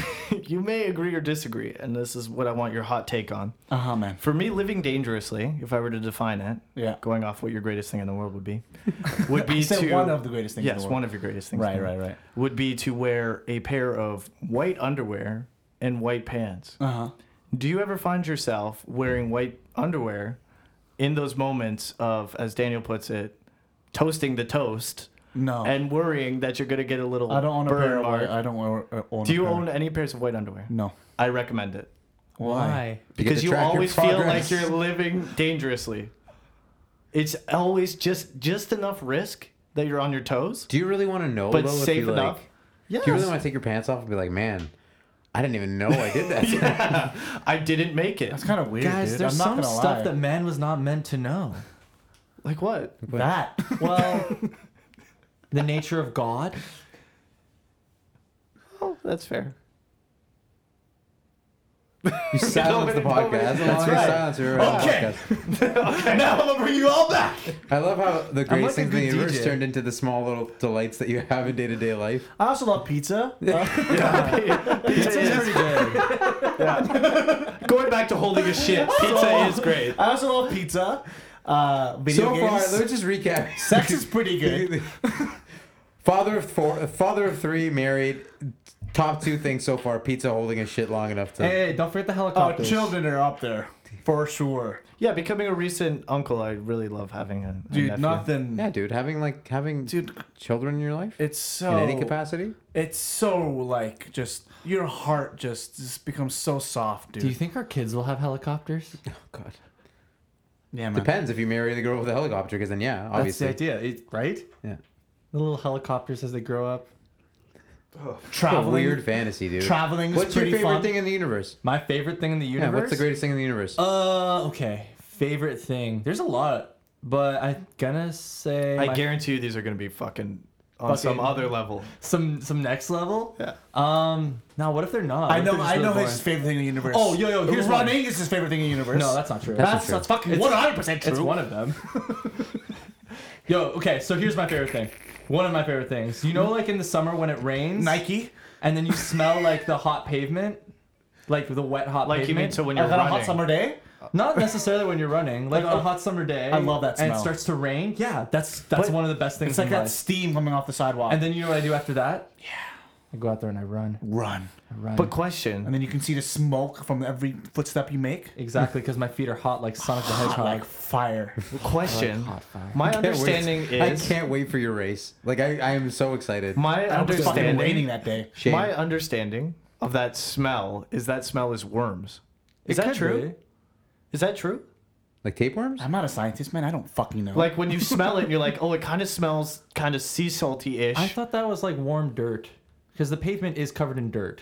Speaker 2: you may agree or disagree, and this is what I want your hot take on.
Speaker 1: Uh huh, man.
Speaker 2: For me, living dangerously, if I were to define it,
Speaker 1: Yeah.
Speaker 2: going off what your greatest thing in the world would be, would be
Speaker 1: You said
Speaker 2: to
Speaker 1: one of the greatest things.
Speaker 2: yes,
Speaker 1: in the
Speaker 2: one
Speaker 1: world.
Speaker 2: of your greatest things. in
Speaker 1: Right,
Speaker 2: the
Speaker 1: right,
Speaker 2: world
Speaker 1: right.
Speaker 2: Would be to wear a pair of white underwear and white pants.
Speaker 1: Uh huh.
Speaker 2: Do you ever find yourself wearing white underwear in those moments of, as Daniel puts it, toasting the toast
Speaker 1: No,
Speaker 2: and worrying that you're gonna get a little
Speaker 1: Oh. I don't own a
Speaker 2: burn
Speaker 1: pair of
Speaker 2: mark?
Speaker 1: white. I don't wear- uh, own.
Speaker 2: Do
Speaker 1: a
Speaker 2: you
Speaker 1: pair.
Speaker 2: own any pairs of white underwear?
Speaker 1: No.
Speaker 2: I recommend it.
Speaker 4: Why?
Speaker 3: You get
Speaker 2: because
Speaker 3: to
Speaker 2: you
Speaker 3: track your
Speaker 2: always feel like
Speaker 3: progress.
Speaker 2: you're living dangerously. It's always just just enough risk that you're on your toes,
Speaker 3: Do you really want to know?
Speaker 2: but
Speaker 3: though, if
Speaker 2: safe
Speaker 3: you, like-
Speaker 2: enough. yes.
Speaker 3: Do you really want to take your pants off and be like, man, I didn't even know I did that.
Speaker 2: I didn't make it.
Speaker 1: That's kind of weird,
Speaker 4: Guys,
Speaker 1: dude.
Speaker 4: there's
Speaker 1: I'm not
Speaker 4: some
Speaker 1: gonna
Speaker 4: stuff
Speaker 1: lie.
Speaker 4: that man was not meant to know.
Speaker 2: Like what?
Speaker 1: that.
Speaker 4: Well, the nature of God.
Speaker 2: Oh, that's fair.
Speaker 3: You silenced the podcast. That's
Speaker 4: That's
Speaker 3: right.
Speaker 4: right.
Speaker 3: silencer.
Speaker 1: Okay.
Speaker 3: Podcast.
Speaker 1: Now I'm gonna bring you all back.
Speaker 3: I love how the greatest
Speaker 4: like a
Speaker 3: things in the
Speaker 4: good
Speaker 3: universe
Speaker 4: DJ.
Speaker 3: turned into the small little delights that you have in day to day life.
Speaker 1: I also love pizza. Uh,
Speaker 2: Pizza
Speaker 4: It's
Speaker 2: is,
Speaker 4: pretty good.
Speaker 2: going back to holding a shit, Oh. pizza is great.
Speaker 1: I also love pizza. Uh, video
Speaker 3: so
Speaker 1: games.
Speaker 3: far, let me just recap.
Speaker 1: Sex is pretty good.
Speaker 3: father of four, father of three, married. Top two things so far: pizza holding a shit long enough to.
Speaker 4: Hey, hey, don't forget the
Speaker 1: Oh,
Speaker 4: helicopters.
Speaker 1: children are up there for sure,
Speaker 2: Yeah, becoming a recent uncle, I really love having a, a
Speaker 1: dude.
Speaker 2: nephew.
Speaker 1: Nothing.
Speaker 3: Yeah, dude, having like having
Speaker 1: Dude,
Speaker 3: children in your life
Speaker 1: it's so
Speaker 3: in any capacity.
Speaker 1: It's so like just your heart just just becomes so soft, dude.
Speaker 4: Do you think our kids will have helicopters?
Speaker 3: Oh God.
Speaker 1: yeah, man.
Speaker 3: Depends if you marry the girl with the helicopter, because then yeah,
Speaker 4: That's the
Speaker 3: obviously.
Speaker 4: idea, it, right?
Speaker 3: Yeah.
Speaker 4: The little helicopters as they grow up.
Speaker 3: What a
Speaker 1: Traveling,
Speaker 3: weird fantasy, dude.
Speaker 1: traveling.
Speaker 3: What's
Speaker 1: is
Speaker 3: your
Speaker 1: pretty
Speaker 3: favorite
Speaker 1: fun.
Speaker 3: thing in the universe?
Speaker 4: My favorite thing in the universe.
Speaker 3: Yeah, what's the greatest thing in the universe?
Speaker 4: Uh, okay. Favorite thing. There's a lot, but I'm gonna say
Speaker 2: I
Speaker 4: my-
Speaker 2: guarantee you these are going to be fucking on
Speaker 4: Fucking-
Speaker 2: some other level.
Speaker 4: some some next level.
Speaker 2: Yeah.
Speaker 4: Um. Now, what if they're not? What
Speaker 1: I
Speaker 4: if
Speaker 1: know,
Speaker 4: they're just
Speaker 1: I know
Speaker 4: really
Speaker 1: his
Speaker 4: boring?
Speaker 1: favorite thing in the universe.
Speaker 4: Oh, yo, yo, here's
Speaker 1: Ron
Speaker 4: one.
Speaker 1: Angus' is favorite thing in the universe.
Speaker 4: No, that's not true.
Speaker 1: that's,
Speaker 3: not
Speaker 1: that's fucking
Speaker 4: It's-
Speaker 1: one hundred percent true.
Speaker 4: It's one of them. Yo, okay, so here's my favorite thing. One of my favorite things. You know, like in the summer when it rains,
Speaker 1: Nike.
Speaker 4: and then you smell like the hot pavement, like the wet hot
Speaker 2: Like you
Speaker 4: pavement.
Speaker 2: mean so when
Speaker 1: I
Speaker 2: you're
Speaker 1: had a hot
Speaker 2: running.
Speaker 1: summer day.
Speaker 4: Not necessarily when you're running, like on a hot summer day.
Speaker 1: I love that
Speaker 4: And it
Speaker 1: smell.
Speaker 4: starts to rain. Yeah, that's that's
Speaker 1: But
Speaker 4: one of the best things.
Speaker 1: It's like
Speaker 4: in
Speaker 1: that
Speaker 4: life.
Speaker 1: steam coming off the sidewalk.
Speaker 4: And then you know what I do after that? Yeah. I go out there and I run.
Speaker 1: run,
Speaker 4: I run.
Speaker 2: But
Speaker 1: and
Speaker 2: question,
Speaker 1: then you can see the smoke from every footstep you make.
Speaker 4: exactly, because my feet are hot like Sonic the
Speaker 1: Hot
Speaker 4: Hedgehog.
Speaker 1: like fire.
Speaker 2: question.
Speaker 4: hot fire.
Speaker 2: My
Speaker 3: Can't wait.
Speaker 2: understanding
Speaker 3: I
Speaker 2: is
Speaker 3: can't wait for your race. Like I, I am so excited.
Speaker 2: my
Speaker 1: I was fucking raining
Speaker 2: understanding.
Speaker 1: that day.
Speaker 3: Shame.
Speaker 2: My understanding of that smell is that smell is worms. Is
Speaker 4: It
Speaker 2: that
Speaker 4: could
Speaker 2: true?
Speaker 4: be.
Speaker 2: Is that true?
Speaker 3: like tapeworms?
Speaker 1: I'm not a scientist, man. I don't fucking know.
Speaker 2: Like when you smell it, and you're like, oh, it kind of smells kind of sea salty ish.
Speaker 4: I thought that was like warm dirt, because the pavement is covered in dirt,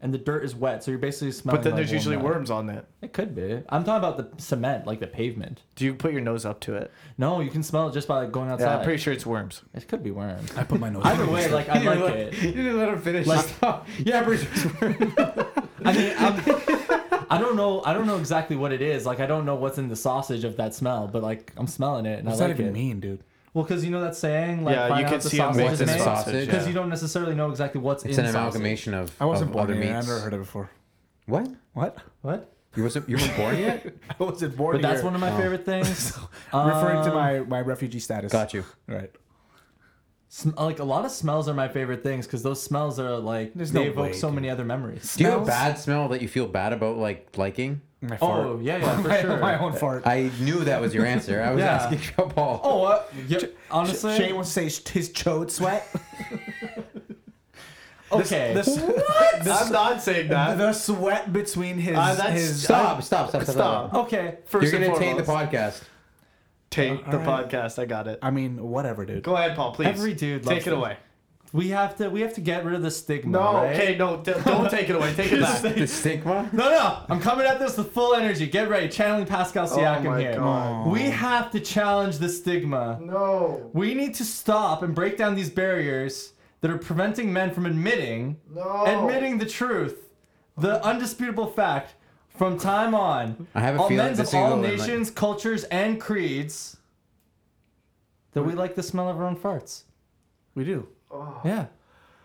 Speaker 4: and the dirt is wet, so you're basically smelling.
Speaker 2: but then
Speaker 4: like
Speaker 2: there's
Speaker 4: warm
Speaker 2: usually
Speaker 4: dirt.
Speaker 2: worms on it.
Speaker 4: It could be. I'm talking about the cement, like the pavement.
Speaker 2: Do you put your nose up to it?
Speaker 4: No, you can smell it just by like, going outside.
Speaker 2: Yeah, I'm pretty sure it's worms.
Speaker 4: It could be worms.
Speaker 1: I put my nose.
Speaker 4: Either way, like I
Speaker 3: You didn't
Speaker 4: like
Speaker 3: let-
Speaker 4: it.
Speaker 3: You didn't let him finish.
Speaker 4: Like-
Speaker 3: Stop. yeah, Bruce.
Speaker 4: I mean, I'm, I don't know. I don't know exactly what it is. Like, I don't know what's in the sausage of that smell, but like, I'm smelling it and
Speaker 1: What's
Speaker 4: I
Speaker 1: that
Speaker 4: like
Speaker 1: even
Speaker 4: it.
Speaker 1: mean, dude?
Speaker 4: Well, because you know that saying, like,
Speaker 2: yeah,
Speaker 4: find
Speaker 2: you
Speaker 4: out
Speaker 2: can
Speaker 4: the
Speaker 2: see
Speaker 4: sausage
Speaker 2: them
Speaker 3: what's
Speaker 4: is
Speaker 3: in
Speaker 4: made,
Speaker 3: the sausage,
Speaker 4: because
Speaker 3: yeah.
Speaker 4: you don't necessarily know exactly what's
Speaker 3: It's
Speaker 4: in
Speaker 3: an
Speaker 4: sausage.
Speaker 3: amalgamation of,
Speaker 1: I wasn't
Speaker 3: of
Speaker 1: born
Speaker 3: other
Speaker 1: yet. I
Speaker 3: meats.
Speaker 1: never heard it before.
Speaker 3: What?
Speaker 1: What?
Speaker 4: What?
Speaker 3: You wasn't you weren't born yet?
Speaker 1: I wasn't born.
Speaker 4: But that's
Speaker 1: here.
Speaker 4: one of my favorite things.
Speaker 1: referring to
Speaker 4: Um,
Speaker 1: my my refugee status.
Speaker 3: Got you.
Speaker 1: Right.
Speaker 4: sm- like a lot of smells are my favorite things because those smells are like
Speaker 1: There's
Speaker 4: they
Speaker 1: no
Speaker 4: evoke
Speaker 1: way,
Speaker 4: so
Speaker 1: dude.
Speaker 4: many other memories.
Speaker 3: Do you have a
Speaker 1: Smells?
Speaker 3: bad smell that you feel bad about like liking?
Speaker 1: My
Speaker 4: Oh yeah, yeah, for
Speaker 1: my,
Speaker 4: sure.
Speaker 1: my own fart.
Speaker 3: I knew that was your answer. I was
Speaker 4: Yeah.
Speaker 3: asking for Paul.
Speaker 4: Oh, uh, yeah, honestly,
Speaker 1: Shane wants to say his- his chode sweat.
Speaker 4: okay.
Speaker 2: This, I'm not saying that.
Speaker 1: the sweat between his
Speaker 2: Uh, that's-
Speaker 1: his.
Speaker 3: stop, stop, stop, stop, stop.
Speaker 2: Stop.
Speaker 4: okay.
Speaker 2: First
Speaker 3: You're
Speaker 2: and
Speaker 3: gonna take the
Speaker 2: foremost.
Speaker 3: podcast.
Speaker 2: Take the
Speaker 1: All right.
Speaker 2: podcast. I got it.
Speaker 1: I mean, whatever, dude.
Speaker 2: Go ahead, Paul. Please.
Speaker 4: Every dude
Speaker 2: take
Speaker 4: loves
Speaker 2: it
Speaker 4: this.
Speaker 2: away.
Speaker 4: We have to we have to get rid of the stigma.
Speaker 2: No,
Speaker 4: right?
Speaker 2: okay, no, d- don't take it away. Take it back.
Speaker 3: The stigma?
Speaker 4: No, no, I'm coming at this with full energy. Get ready, channeling Pascal
Speaker 3: Oh
Speaker 4: Siakam
Speaker 2: my
Speaker 4: here.
Speaker 2: God.
Speaker 4: We have to challenge the stigma.
Speaker 2: No,
Speaker 4: We need to stop and break down these barriers that are preventing men from admitting,
Speaker 2: no.
Speaker 4: admitting the truth, the undisputable fact. From time on,
Speaker 3: I have a
Speaker 4: all
Speaker 3: feeling
Speaker 4: men's
Speaker 3: this
Speaker 4: of
Speaker 3: is
Speaker 4: all
Speaker 3: a little, like-
Speaker 4: nations, cultures, and creeds, that we like the smell of our own farts.
Speaker 1: We do.
Speaker 4: Yeah,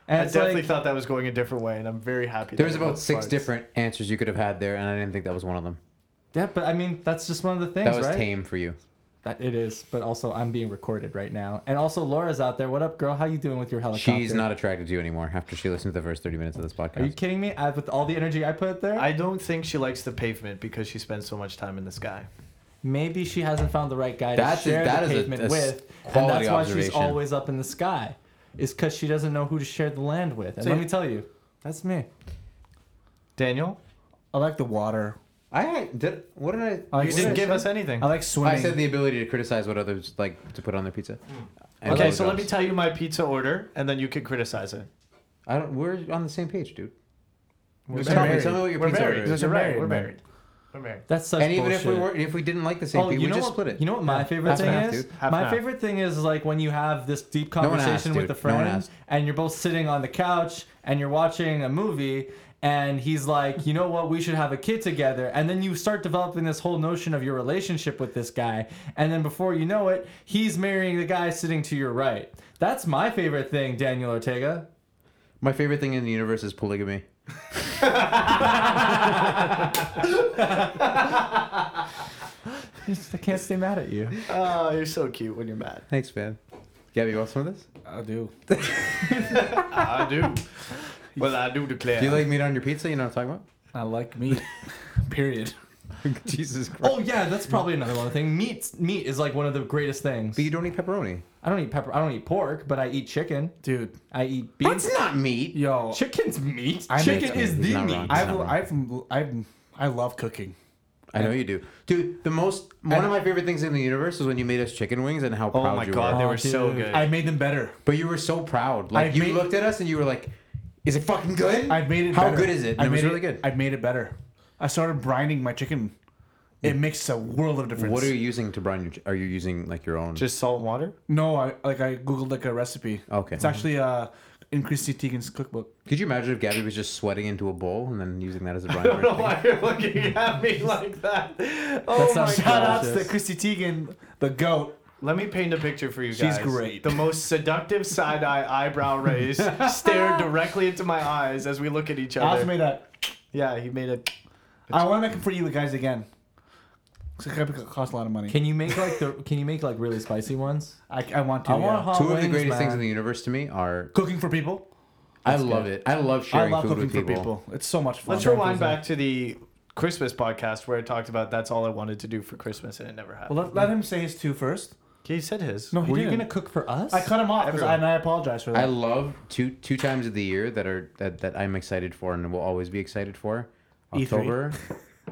Speaker 4: and
Speaker 2: I
Speaker 4: it's
Speaker 2: definitely
Speaker 4: like-
Speaker 2: thought that was going a different way, and I'm very happy.
Speaker 3: There
Speaker 2: that it
Speaker 3: was about six
Speaker 2: farts.
Speaker 3: different answers you could have had there, and I didn't think that was one of them.
Speaker 4: Yeah, but I mean, that's just one of the things,
Speaker 3: That was
Speaker 4: right?
Speaker 3: tame for you.
Speaker 4: That it is, but also I'm being recorded right now, and also Laura's out there. What up, girl? How you doing with your helicopter?
Speaker 3: She's not attracted to you anymore after she listened to the first 30 minutes of this
Speaker 4: Are you
Speaker 3: podcast.
Speaker 4: kidding me? I, with all the energy I put there,
Speaker 2: I don't think she likes the pavement because she spends so much time in the sky.
Speaker 4: maybe she hasn't found the right guy
Speaker 3: That's-
Speaker 4: to share
Speaker 3: that
Speaker 4: the
Speaker 3: is a-
Speaker 4: pavement
Speaker 3: a s-
Speaker 4: with, and
Speaker 3: quality
Speaker 4: that's why she's
Speaker 3: observation.
Speaker 4: always up in the sky, is because she doesn't know who to share the land with. And
Speaker 1: So
Speaker 4: let
Speaker 1: you-
Speaker 4: me tell you, that's me.
Speaker 2: Daniel,
Speaker 1: I like the water.
Speaker 3: I had- did. What did I?
Speaker 1: I like
Speaker 2: you didn't
Speaker 1: swimming.
Speaker 2: give us anything.
Speaker 1: I like swimming.
Speaker 3: I said the ability to criticize what others like to put on their pizza. And
Speaker 2: Okay,
Speaker 3: what
Speaker 2: so let
Speaker 3: goes.
Speaker 2: me tell you my pizza order, and then you can criticize it.
Speaker 3: I don't. We're on the same page, dude.
Speaker 1: We're
Speaker 3: Tell me,
Speaker 1: married.
Speaker 3: tell me what your
Speaker 2: We're
Speaker 3: pizza order
Speaker 2: married.
Speaker 3: is.
Speaker 1: Because
Speaker 2: You're
Speaker 1: we're
Speaker 2: right.
Speaker 1: married,
Speaker 2: We're
Speaker 1: man.
Speaker 2: married. We're married.
Speaker 4: That's such
Speaker 3: And even if we
Speaker 4: bullshit.
Speaker 3: were, if we didn't like the same
Speaker 4: Oh,
Speaker 3: thing,
Speaker 4: you
Speaker 3: we
Speaker 4: know
Speaker 3: just
Speaker 4: what,
Speaker 3: split it.
Speaker 4: You know what my favorite
Speaker 3: Half and
Speaker 4: thing
Speaker 3: half,
Speaker 4: is?
Speaker 3: dude.
Speaker 2: Half
Speaker 4: my
Speaker 2: and half.
Speaker 4: favorite thing is like when you have this deep
Speaker 3: one
Speaker 4: conversation
Speaker 3: asked,
Speaker 4: with
Speaker 3: dude.
Speaker 4: a
Speaker 3: No one
Speaker 4: friend
Speaker 3: asked.
Speaker 4: and you're both sitting on the couch and you're watching a movie and he's like, you know what, we should have a kid together. And then you start developing this whole notion of your relationship with this guy. And then before you know it, he's marrying the guy sitting to your right. That's my favorite thing, Daniel Ortega.
Speaker 3: My favorite thing in the universe is polygamy.
Speaker 4: I can't stay mad at you.
Speaker 2: Oh, you're so cute when you're mad.
Speaker 3: Thanks, man. Gabby, you want some of this?
Speaker 5: I do.
Speaker 2: I do. Well, I do declare.
Speaker 3: Do you like meat on your pizza? You know what I'm talking
Speaker 5: I like meat. Period.
Speaker 3: about? Jesus Christ.
Speaker 4: Oh yeah, that's probably another one thing. Meat, meat is like one of the greatest things.
Speaker 3: But you don't eat pepperoni.
Speaker 4: I don't eat pepper. I don't eat pork, but I eat chicken.
Speaker 5: Dude,
Speaker 4: I eat beef.
Speaker 3: not meat.
Speaker 5: yo,
Speaker 4: Chicken's meat.
Speaker 5: I make
Speaker 4: Chicken is
Speaker 3: chicken.
Speaker 4: the
Speaker 3: Not
Speaker 4: meat.
Speaker 3: wrong.
Speaker 5: I've, I've, I've, I love cooking.
Speaker 3: I know you do, dude. The most one of my favorite things in the universe is when you made us chicken wings and how proud
Speaker 2: oh my
Speaker 3: you
Speaker 2: god,
Speaker 3: were.
Speaker 2: they
Speaker 5: Oh,
Speaker 2: were so
Speaker 5: dude.
Speaker 2: good.
Speaker 1: I made them better.
Speaker 3: But you were so proud. Like
Speaker 1: I've
Speaker 3: you
Speaker 1: made-
Speaker 3: looked at us and you were like, "Is it fucking good?"
Speaker 1: I've made it.
Speaker 3: How
Speaker 1: better.
Speaker 3: good is it? And
Speaker 1: I
Speaker 3: it was
Speaker 1: made
Speaker 3: really good.
Speaker 1: I've made it better. I started brining my chicken. It makes a world of difference.
Speaker 3: What are you using to brine your? Are you using like your own?
Speaker 2: Just salt and water?
Speaker 1: No, I like I googled like a recipe.
Speaker 3: Okay.
Speaker 1: It's actually uh, in Christy Teigen's cookbook.
Speaker 3: Could you imagine if Gabby was just sweating into a bowl and then using that as a brine? for everything?
Speaker 2: you're looking at me like that. Oh
Speaker 4: That sounds
Speaker 1: Shout out to
Speaker 4: Delicious.
Speaker 1: Christy Teigen, the goat.
Speaker 2: Let me paint a picture for you
Speaker 1: She's
Speaker 2: guys.
Speaker 1: great.
Speaker 2: The most seductive side eye, eyebrow raise, stare directly into my eyes as we look at each
Speaker 1: I also
Speaker 2: other.
Speaker 1: made that.
Speaker 2: yeah, he made it.
Speaker 1: I want to make it for you guys again. 'Cause It could cost a lot of money.
Speaker 4: Can you make like the? Can you make like really spicy ones?
Speaker 1: I, I want to.
Speaker 4: I
Speaker 1: yeah.
Speaker 4: want hot
Speaker 3: Two of
Speaker 4: wings,
Speaker 3: the greatest things in
Speaker 4: man.
Speaker 3: the universe to me are.
Speaker 1: cooking for people.
Speaker 3: I love it. I love sharing
Speaker 1: I love
Speaker 3: food
Speaker 1: cooking
Speaker 3: with people.
Speaker 1: for people. It's so much fun.
Speaker 2: Let's rewind back to the Christmas podcast where I talked about that's all I wanted to do for Christmas and it never happened.
Speaker 1: Well, let, let him say his two first.
Speaker 2: he said his.
Speaker 1: No, he
Speaker 4: Were you
Speaker 1: didn't.
Speaker 4: gonna cook for us?
Speaker 1: I cut him off, 'cause
Speaker 2: Everyone.
Speaker 1: I, and I apologize for that.
Speaker 3: I love two two times of the year that are that, that I'm excited for and will always be excited for.
Speaker 1: E3.
Speaker 3: October,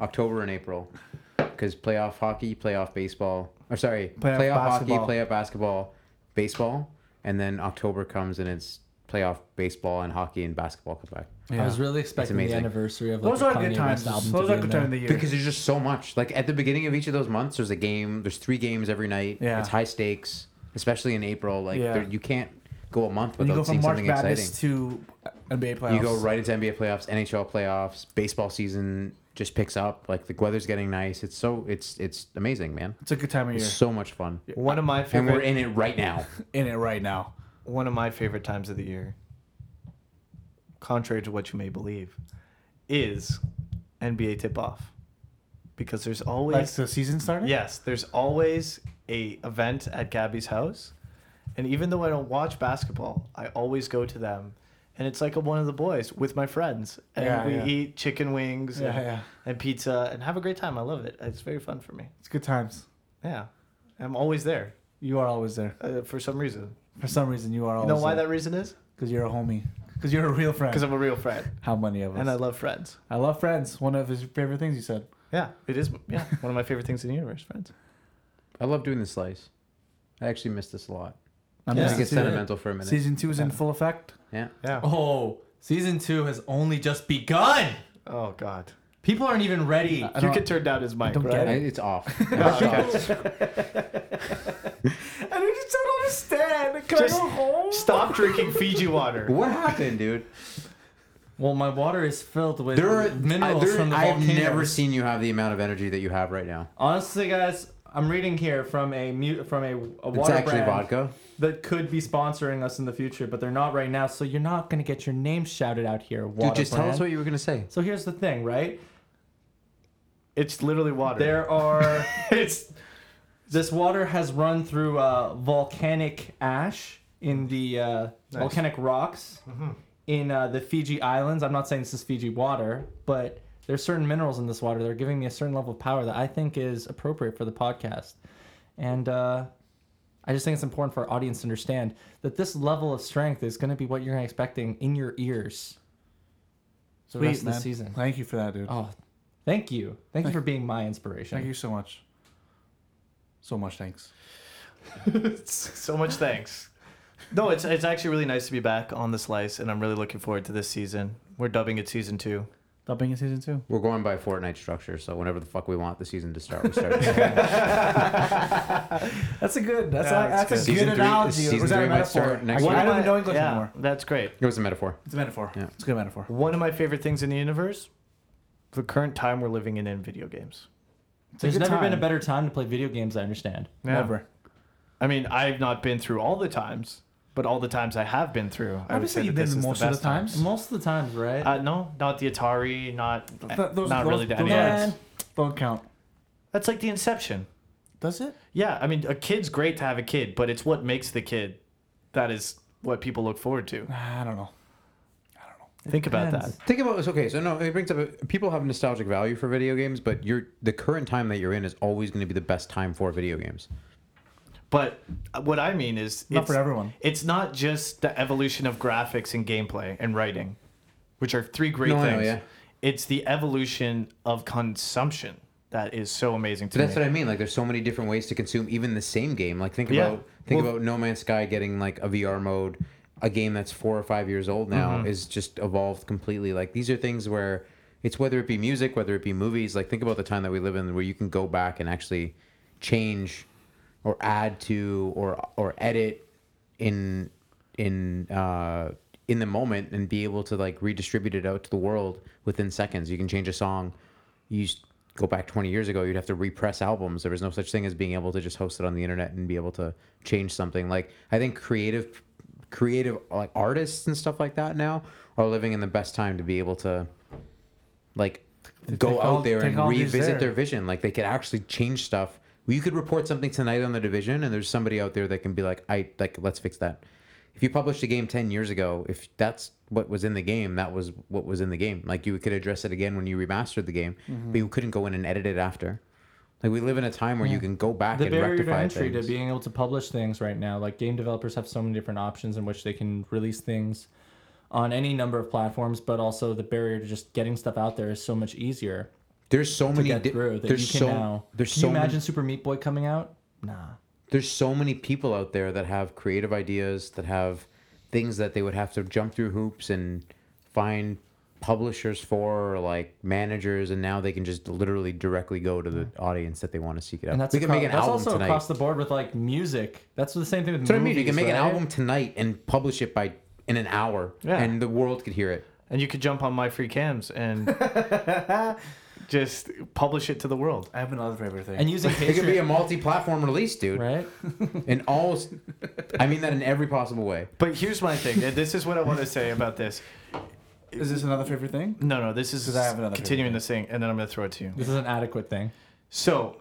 Speaker 3: October and April, because playoff hockey, playoff baseball, or sorry,
Speaker 1: Playoff
Speaker 3: playoff, hockey,
Speaker 1: basketball.
Speaker 3: playoff basketball, baseball, and then October comes and it's playoff baseball and hockey and basketball come back
Speaker 4: I was really expecting the
Speaker 3: amazing.
Speaker 4: anniversary of like
Speaker 1: Those
Speaker 4: the
Speaker 1: are
Speaker 4: Kanye
Speaker 1: good times.
Speaker 4: West album.
Speaker 1: Those
Speaker 4: to
Speaker 1: are
Speaker 4: be in
Speaker 1: good
Speaker 4: there.
Speaker 1: time of the year.
Speaker 3: because there's just so much. Like at the beginning of each of those months, there's a game. There's three games every night.
Speaker 1: Yeah.
Speaker 3: it's high stakes, especially in April. Like
Speaker 1: Yeah.
Speaker 3: there, you can't go a month
Speaker 1: When you go
Speaker 3: without
Speaker 1: from
Speaker 3: seeing
Speaker 1: March
Speaker 3: something exciting.
Speaker 1: Madness to NBA playoffs.
Speaker 3: You go right into NBA playoffs, NHL playoffs, baseball season just picks up. Like the weather's getting nice. It's so it's it's amazing, man.
Speaker 1: It's a good time of year.
Speaker 3: It's so much fun,
Speaker 2: One of my
Speaker 3: and we're
Speaker 2: favorite
Speaker 3: in it right now.
Speaker 1: In it right now.
Speaker 2: one of my favorite times of the year, contrary to what you may believe, is NBA tip off. Because there's
Speaker 1: Like
Speaker 2: always
Speaker 1: the season started.
Speaker 2: Yes, there's always a event at Gabby's house, and even though I don't watch basketball, I always go to them, and it's like a one of the boys with my friends, and
Speaker 1: Yeah,
Speaker 2: we
Speaker 1: yeah.
Speaker 2: eat chicken wings
Speaker 1: Yeah,
Speaker 2: and,
Speaker 1: yeah.
Speaker 2: and pizza and have a great time. I love it. It's very fun for me.
Speaker 1: It's good times.
Speaker 2: Yeah, I'm always there
Speaker 1: You are always there.
Speaker 2: uh, for some reason.
Speaker 1: For some reason, you are
Speaker 2: You
Speaker 1: always.
Speaker 2: know why that reason is?
Speaker 1: Because you're a homie. Because you're a real friend.
Speaker 2: Because I'm a real friend,
Speaker 1: How many of us?
Speaker 2: and I love friends.
Speaker 1: I love friends. One of his favorite things he said.
Speaker 2: Yeah, it is. Yeah, one of my favorite things in the universe, friends.
Speaker 3: I love doing the slice. I actually miss this a lot.
Speaker 1: I
Speaker 3: Yeah.
Speaker 1: miss
Speaker 3: Just
Speaker 1: the
Speaker 3: get
Speaker 1: season-
Speaker 3: sentimental for a minute.
Speaker 1: Season two is in full effect.
Speaker 3: Yeah,
Speaker 2: Yeah.
Speaker 4: Oh, season two has only just begun.
Speaker 2: Oh God,
Speaker 4: People aren't even ready.
Speaker 1: I
Speaker 2: you
Speaker 1: don't-
Speaker 2: could turn down his mic.
Speaker 1: don't
Speaker 2: right?
Speaker 1: get
Speaker 3: I,
Speaker 1: it.
Speaker 3: it's off.
Speaker 1: And I just don't understand. Can
Speaker 2: Just stop drinking Fiji water.
Speaker 3: what happened, dude?
Speaker 4: well, my water is filled with
Speaker 3: There are
Speaker 4: minerals
Speaker 3: I, there-
Speaker 4: from the
Speaker 3: I've
Speaker 4: volcanoes.
Speaker 3: never seen you have the amount of energy that you have right now.
Speaker 4: Honestly, guys, I'm reading here from a mu- from a, a
Speaker 3: It's
Speaker 4: water
Speaker 3: actually
Speaker 4: brand
Speaker 3: vodka.
Speaker 4: that could be sponsoring us in the future, but they're not right now. So you're not gonna get your name shouted out here. Water
Speaker 3: Dude, just tell
Speaker 4: brand.
Speaker 3: us what you were gonna say.
Speaker 4: So here's the thing, right?
Speaker 2: It's literally water.
Speaker 4: There are
Speaker 2: It's
Speaker 4: this water has run through uh, volcanic ash in the uh, volcanic rocks
Speaker 1: Mm-hmm.
Speaker 4: in uh, the Fiji Islands. I'm not saying this is Fiji water, but there's certain minerals in this water that are giving me a certain level of power that I think is appropriate for the podcast. And uh, I just think it's important for our audience to understand that this level of strength is going to be what you're expecting in your ears the rest of the season.
Speaker 1: Thank you for that, dude.
Speaker 4: Oh, thank you. Thank you for being my inspiration.
Speaker 1: Thank you so much. So much thanks.
Speaker 2: so much thanks. No, it's it's actually really nice to be back on the slice, and I'm really looking forward to this season. We're dubbing it season two. Stop being in season two.
Speaker 3: We're going by Fortnite structure, so whenever the fuck we want the season to start, we start.
Speaker 1: That's a good. That's
Speaker 2: Yeah,
Speaker 1: a,
Speaker 2: that's
Speaker 1: that's a
Speaker 2: good.
Speaker 1: good,
Speaker 3: Season three-
Speaker 1: analogy.
Speaker 3: season
Speaker 1: Was that
Speaker 3: three
Speaker 1: a
Speaker 3: might
Speaker 1: metaphor?
Speaker 3: start next
Speaker 1: I,
Speaker 3: week.
Speaker 1: I don't even know English
Speaker 2: yeah,
Speaker 1: anymore.
Speaker 2: That's great.
Speaker 3: it was a metaphor.
Speaker 1: It's a metaphor.
Speaker 3: Yeah.
Speaker 1: It's a good metaphor.
Speaker 2: One of my favorite things in the universe, the current time we're living in in video games.
Speaker 4: There's
Speaker 1: good
Speaker 4: never been a
Speaker 1: time.
Speaker 4: better time to play video games. I understand.
Speaker 2: Yeah.
Speaker 1: Never.
Speaker 2: I mean, I've not been through all the times, but all the times I have been through, I would say
Speaker 1: Obviously,
Speaker 2: that
Speaker 1: you've
Speaker 2: this
Speaker 1: been
Speaker 2: is
Speaker 1: most
Speaker 2: the
Speaker 1: of
Speaker 2: best
Speaker 1: the times.
Speaker 4: Most of the times, right?
Speaker 2: time. Uh, no, not the Atari, not
Speaker 1: Th- those-
Speaker 2: not
Speaker 1: those-
Speaker 2: really the
Speaker 1: those
Speaker 2: NES.
Speaker 1: aren't- Don't count.
Speaker 2: That's like the Inception.
Speaker 1: Does it?
Speaker 2: Yeah, I mean, a kid's great to have a kid, but it's what makes the kid. That is what people look forward to.
Speaker 1: I don't know.
Speaker 2: Think about that.
Speaker 4: depends.
Speaker 3: Think about this. Okay, so no, it brings up a- people have nostalgic value for video games, but you're the current time that you're in is always going to be the best time for video games.
Speaker 2: But uh, what I mean is,
Speaker 1: Not
Speaker 2: it's-
Speaker 1: for everyone.
Speaker 2: It's not just the evolution of graphics and gameplay and writing, which are three great
Speaker 3: No, I know,
Speaker 2: things.
Speaker 3: yeah.
Speaker 2: It's the evolution of consumption that is so amazing to
Speaker 3: But that's
Speaker 2: me.
Speaker 3: what I mean. Like, there's so many different ways to consume even the same game. Like, think
Speaker 2: Yeah.
Speaker 3: about think
Speaker 2: Well-
Speaker 3: about No Man's Sky getting like a VR mode. A game that's four or five years old now
Speaker 2: Mm-hmm.
Speaker 3: is just evolved completely. Like, these are things where it's whether it be music, whether it be movies. Like, think about the time that we live in, where you can go back and actually change or add to or or edit in in uh in the moment and be able to like redistribute it out to the world within seconds. You can change a song. You s- go back 20 years ago, you'd have to repress albums. There was no such thing as being able to just host it on the internet and be able to change something. Like I think creative creative like artists and stuff like that now are living in the best time to be able to like go
Speaker 1: Technol-
Speaker 3: out there and
Speaker 1: technology's
Speaker 3: revisit
Speaker 1: there.
Speaker 3: their vision. Like they could actually change stuff. You could report something tonight on the division, and there's somebody out there that can be like, "I like, let's fix that." If you published a game ten years ago, if that's what was in the game, that was what was in the game. Like you could address it again when you remastered the game,
Speaker 4: Mm-hmm.
Speaker 3: but you couldn't go in and edit it after. Like we live in a time where you can go back
Speaker 4: the
Speaker 3: and
Speaker 4: barrier to
Speaker 3: rectify
Speaker 4: entry
Speaker 3: things.
Speaker 4: to being able to publish things right now like game developers have so many different options in which they can release things on any number of platforms but also the barrier to just getting stuff out there is so much easier
Speaker 3: there's so
Speaker 4: to
Speaker 3: many.
Speaker 4: get
Speaker 3: di-
Speaker 4: through that
Speaker 3: there's
Speaker 4: you can
Speaker 3: so
Speaker 4: now
Speaker 3: there's
Speaker 4: can
Speaker 3: so
Speaker 4: you
Speaker 3: many-
Speaker 4: imagine super meat boy coming out nah
Speaker 3: there's so many people out there that have creative ideas that have things that they would have to jump through hoops and find publishers for or like managers and now they can just literally directly go to the audience that they want to seek it out.
Speaker 4: and that's,
Speaker 3: we can
Speaker 4: across,
Speaker 3: make an
Speaker 4: that's
Speaker 3: album
Speaker 4: also
Speaker 3: tonight.
Speaker 4: across the board with like music that's the same thing with
Speaker 3: that's what I
Speaker 4: movies,
Speaker 3: mean. You can make an
Speaker 4: right?
Speaker 3: album tonight and publish it by in an hour
Speaker 2: Yeah.
Speaker 3: and the world could hear it.
Speaker 2: And you could jump on my free cams and just publish it to the world.
Speaker 1: I have another favorite thing.
Speaker 4: and using
Speaker 3: It could be a
Speaker 4: Patreon,
Speaker 3: multi-platform release, dude.
Speaker 4: right
Speaker 3: In all s- I mean that in every possible way.
Speaker 2: But here's my thing. and This is what I want to say about this.
Speaker 1: is this another favorite thing?
Speaker 2: No, no, this is
Speaker 1: 'Cause I have another
Speaker 2: continuing this thing, and then I'm going to throw it to you.
Speaker 4: this is an adequate thing
Speaker 2: So,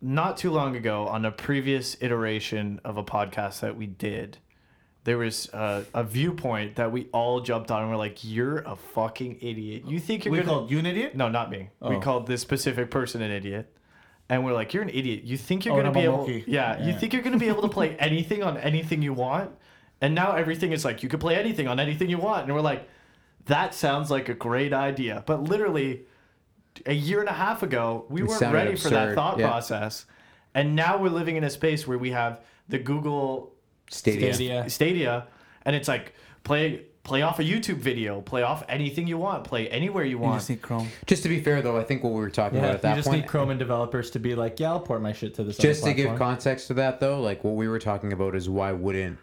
Speaker 2: not too long ago, on a previous iteration of a podcast that we did, there was uh, a viewpoint that we all jumped on and we're like, "You're a fucking idiot. You think you're
Speaker 1: We
Speaker 2: gonna
Speaker 1: called you an idiot.
Speaker 2: no, not me. We
Speaker 1: Oh.
Speaker 2: called this specific person an idiot." And we're like, "You're an idiot. You think you're
Speaker 1: Oh,
Speaker 2: gonna
Speaker 1: and
Speaker 2: be
Speaker 1: I'm a
Speaker 2: able,
Speaker 1: monkey.
Speaker 2: yeah, You
Speaker 1: Yeah.
Speaker 2: think you're gonna be able to play anything on anything you want, and now everything is like you can play anything on anything you want." And we're like, "That sounds like a great idea," but literally, a year and a half ago, we
Speaker 3: It
Speaker 2: weren't
Speaker 3: sounded
Speaker 2: ready for that
Speaker 3: absurd,
Speaker 2: thought
Speaker 3: yeah.
Speaker 2: process, and now we're living in a space where we have the Google
Speaker 3: Stadia.
Speaker 4: Stadia.
Speaker 2: Stadia, and it's like play play off a YouTube video, play off anything you want, play anywhere you
Speaker 1: You
Speaker 2: want.
Speaker 1: just need Chrome.
Speaker 3: Just to be fair though, I think what we were talking
Speaker 4: yeah
Speaker 3: about
Speaker 4: you
Speaker 3: at that
Speaker 4: just
Speaker 3: point
Speaker 4: need chrome and developers to be like yeah i'll port my shit to this
Speaker 3: just
Speaker 4: other
Speaker 3: to give
Speaker 4: platform.
Speaker 3: context to that though like what we were talking about is why wouldn't